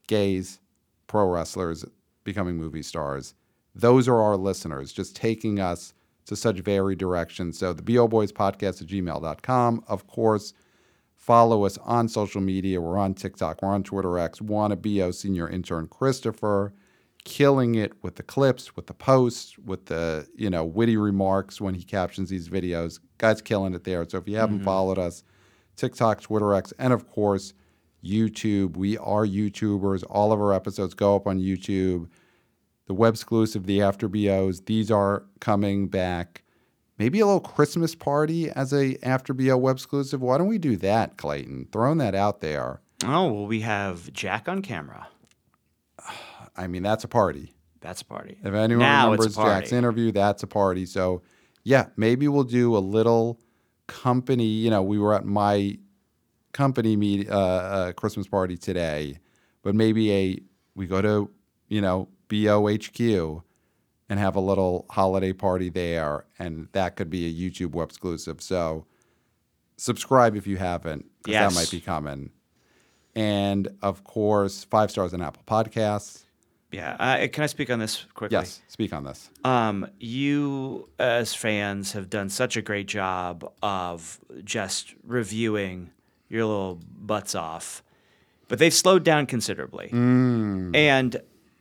Speaker 2: gays, pro wrestlers becoming movie stars. Those are our listeners, just taking us to such varied directions. So the BO Boys podcast at gmail.com. Of course, follow us on social media. We're on TikTok, we're on Twitter X, wanna BO senior intern Christopher, killing it with the clips, with the posts, with the, you know, witty remarks when he captions these videos. Guys killing it there. So if you haven't followed us, TikTok, Twitter X, and of course, YouTube. We are YouTubers. All of our episodes go up on YouTube. The web exclusive, the after BOs, these are coming back. Maybe a little Christmas party as a after BO web exclusive. Why don't we do that, Clayton? Throwing that out there.
Speaker 1: Oh, well, we have Jack on camera.
Speaker 2: I mean, that's a party.
Speaker 1: That's a party.
Speaker 2: If anyone
Speaker 1: Now it's a
Speaker 2: remembers Jack's
Speaker 1: party.
Speaker 2: interview, that's a party. So, yeah, maybe we'll do a little company. You know, we were at my company meet uh, uh, Christmas party today, but maybe a we go to you know BOHQ and have a little holiday party there, and that could be a YouTube web exclusive. So, subscribe if you haven't, because
Speaker 1: Yes.
Speaker 2: that might be coming. And of course, five stars on Apple Podcasts.
Speaker 1: Yeah. Uh, can I speak on this quickly?
Speaker 2: Yes, speak on this.
Speaker 1: Um, you as fans have done such a great job of just reviewing your little butts off, but they've slowed down considerably. And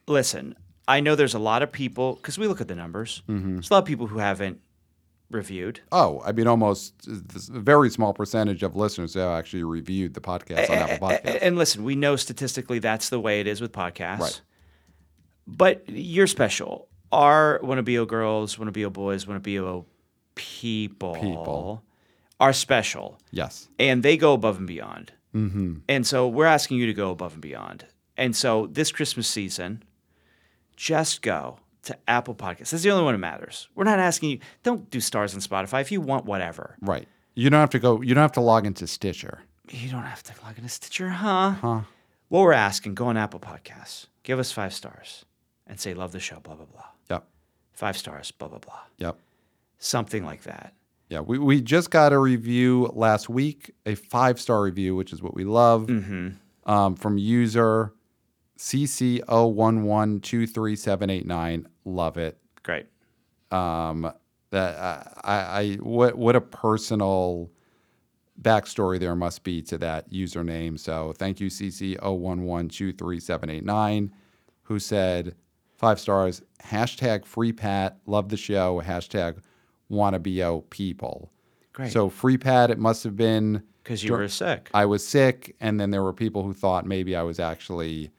Speaker 1: listen, I know there's a lot of people because we look at the numbers. There's a lot of people who haven't reviewed.
Speaker 2: Oh, I mean, almost a very small percentage of listeners have actually reviewed the podcast on Apple
Speaker 1: A- (laughs)
Speaker 2: Podcasts.
Speaker 1: And listen, we know statistically that's the way it is with podcasts.
Speaker 2: Right.
Speaker 1: But you're special. Our Wannabeo girls, Wannabeo boys, Wannabeo people,
Speaker 2: People.
Speaker 1: are special
Speaker 2: Yes.
Speaker 1: and they go above and beyond. Mm-hmm. And so we're asking you to go above and beyond. And so this Christmas season, just go to Apple Podcasts. That's the only one that matters. We're not asking you, don't do stars on Spotify. If you want whatever,
Speaker 2: Right. You don't have to go, you don't have to log into Stitcher.
Speaker 1: you don't have to log into Stitcher, huh?
Speaker 2: Huh.
Speaker 1: What we're asking, go on Apple Podcasts, give us five stars, and say, love the show, blah, blah, blah.
Speaker 2: Yep.
Speaker 1: Five stars, blah, blah, blah.
Speaker 2: Yep.
Speaker 1: Something like that.
Speaker 2: Yeah. We, we just got a review last week, a five star review, which is what we love, um, from user CC0112379. Love it.
Speaker 1: Great.
Speaker 2: um, that I, I, I what what a personal backstory there must be to that username. So thank you, CC 11123789 who said five stars hashtag free pat love the show hashtag wanna be o people.
Speaker 1: Great.
Speaker 2: So free pat it must have been
Speaker 1: Because you were sick.
Speaker 2: I was sick, and then there were people who thought maybe I was actually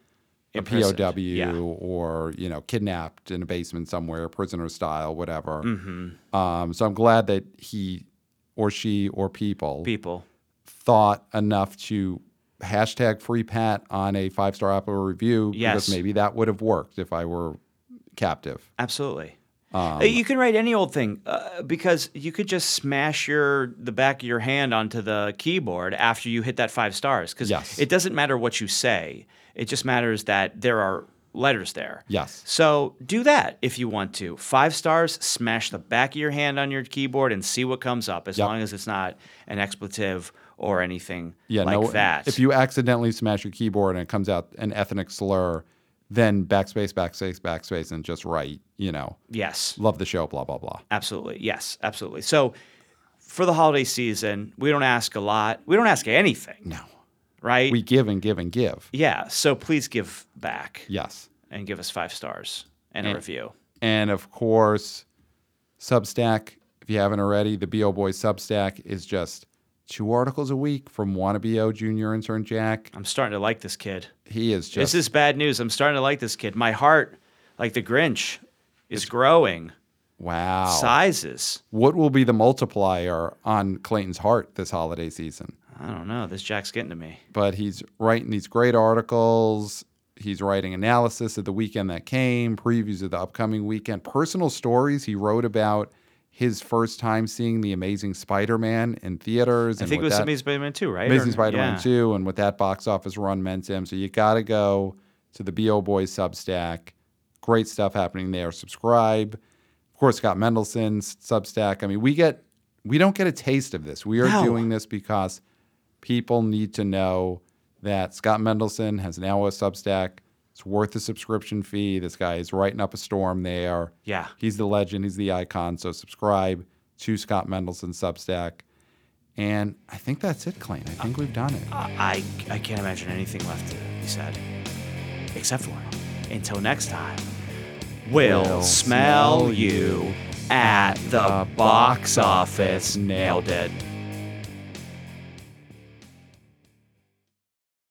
Speaker 2: a
Speaker 1: Imprisoned.
Speaker 2: POW
Speaker 1: Yeah.
Speaker 2: or you know kidnapped in a basement somewhere, prisoner style,
Speaker 1: Mm.
Speaker 2: whatever.
Speaker 1: Mm-hmm.
Speaker 2: Um, so I'm glad that he or she or people
Speaker 1: People.
Speaker 2: thought enough to hashtag free pat on a five star Apple review
Speaker 1: Yes.
Speaker 2: because maybe that would have worked if I were captive.
Speaker 1: Absolutely.
Speaker 2: Um,
Speaker 1: Uh, you can write any old thing uh, because you could just smash your the back of your hand onto the keyboard after you hit that five stars because
Speaker 2: Yes.
Speaker 1: it doesn't matter what you say. It just matters that there are letters there.
Speaker 2: Yes.
Speaker 1: So do that if you want to. Five stars, smash the back of your hand on your keyboard and see what comes up as
Speaker 2: Yep.
Speaker 1: long as it's not an expletive or anything
Speaker 2: Yeah,
Speaker 1: like
Speaker 2: no,
Speaker 1: that.
Speaker 2: If you accidentally smash your keyboard and it comes out an ethnic slur, then backspace, backspace, backspace, and just write, you know,
Speaker 1: yes.
Speaker 2: love the show, blah, blah, blah.
Speaker 1: Absolutely. Yes, absolutely. So for the holiday season, we don't ask a lot. We don't ask anything. No. Right?
Speaker 2: We give and give and give.
Speaker 1: yeah. So please give back
Speaker 2: Yes.
Speaker 1: and give us five stars and a review.
Speaker 2: And of course, Substack, if you haven't already, the BO Boys Substack is just two articles a week from WannaBO Junior Intern Jack.
Speaker 1: I'm starting to like this kid.
Speaker 2: He is just
Speaker 1: This is bad news. I'm starting to like this kid. My heart, like the Grinch, is growing
Speaker 2: wow.
Speaker 1: sizes.
Speaker 2: what will be the multiplier on Clayton's heart this holiday season?
Speaker 1: I don't know. This Jack's getting to me.
Speaker 2: but he's writing these great articles. He's writing analysis of the weekend that came, previews of the upcoming weekend, personal stories. He wrote about his first time seeing the Amazing Spider-Man in theaters.
Speaker 1: I think it was
Speaker 2: that,
Speaker 1: Amazing Spider-Man 2, right?
Speaker 2: Amazing
Speaker 1: Or-
Speaker 2: Spider-Man
Speaker 1: yeah.
Speaker 2: 2 and what that box office run meant to him. So you got to go to the BO Boys Substack. Great stuff happening there. Subscribe. Of course, Scott Mendelson Substack. I mean, we get we don't get a taste of this. We are
Speaker 1: No.
Speaker 2: doing this because people need to know that Scott Mendelson has now a Substack. It's worth the subscription fee. This guy is writing up a storm there.
Speaker 1: Yeah.
Speaker 2: He's the legend. He's the icon. So subscribe to Scott Mendelson Substack. And I think that's it, Clayton. I think we've done it.
Speaker 1: I, I can't imagine anything left to be said. Except for, until next time, we'll,
Speaker 2: We'll
Speaker 1: smell
Speaker 2: smell
Speaker 1: you at the box office. Nailed it.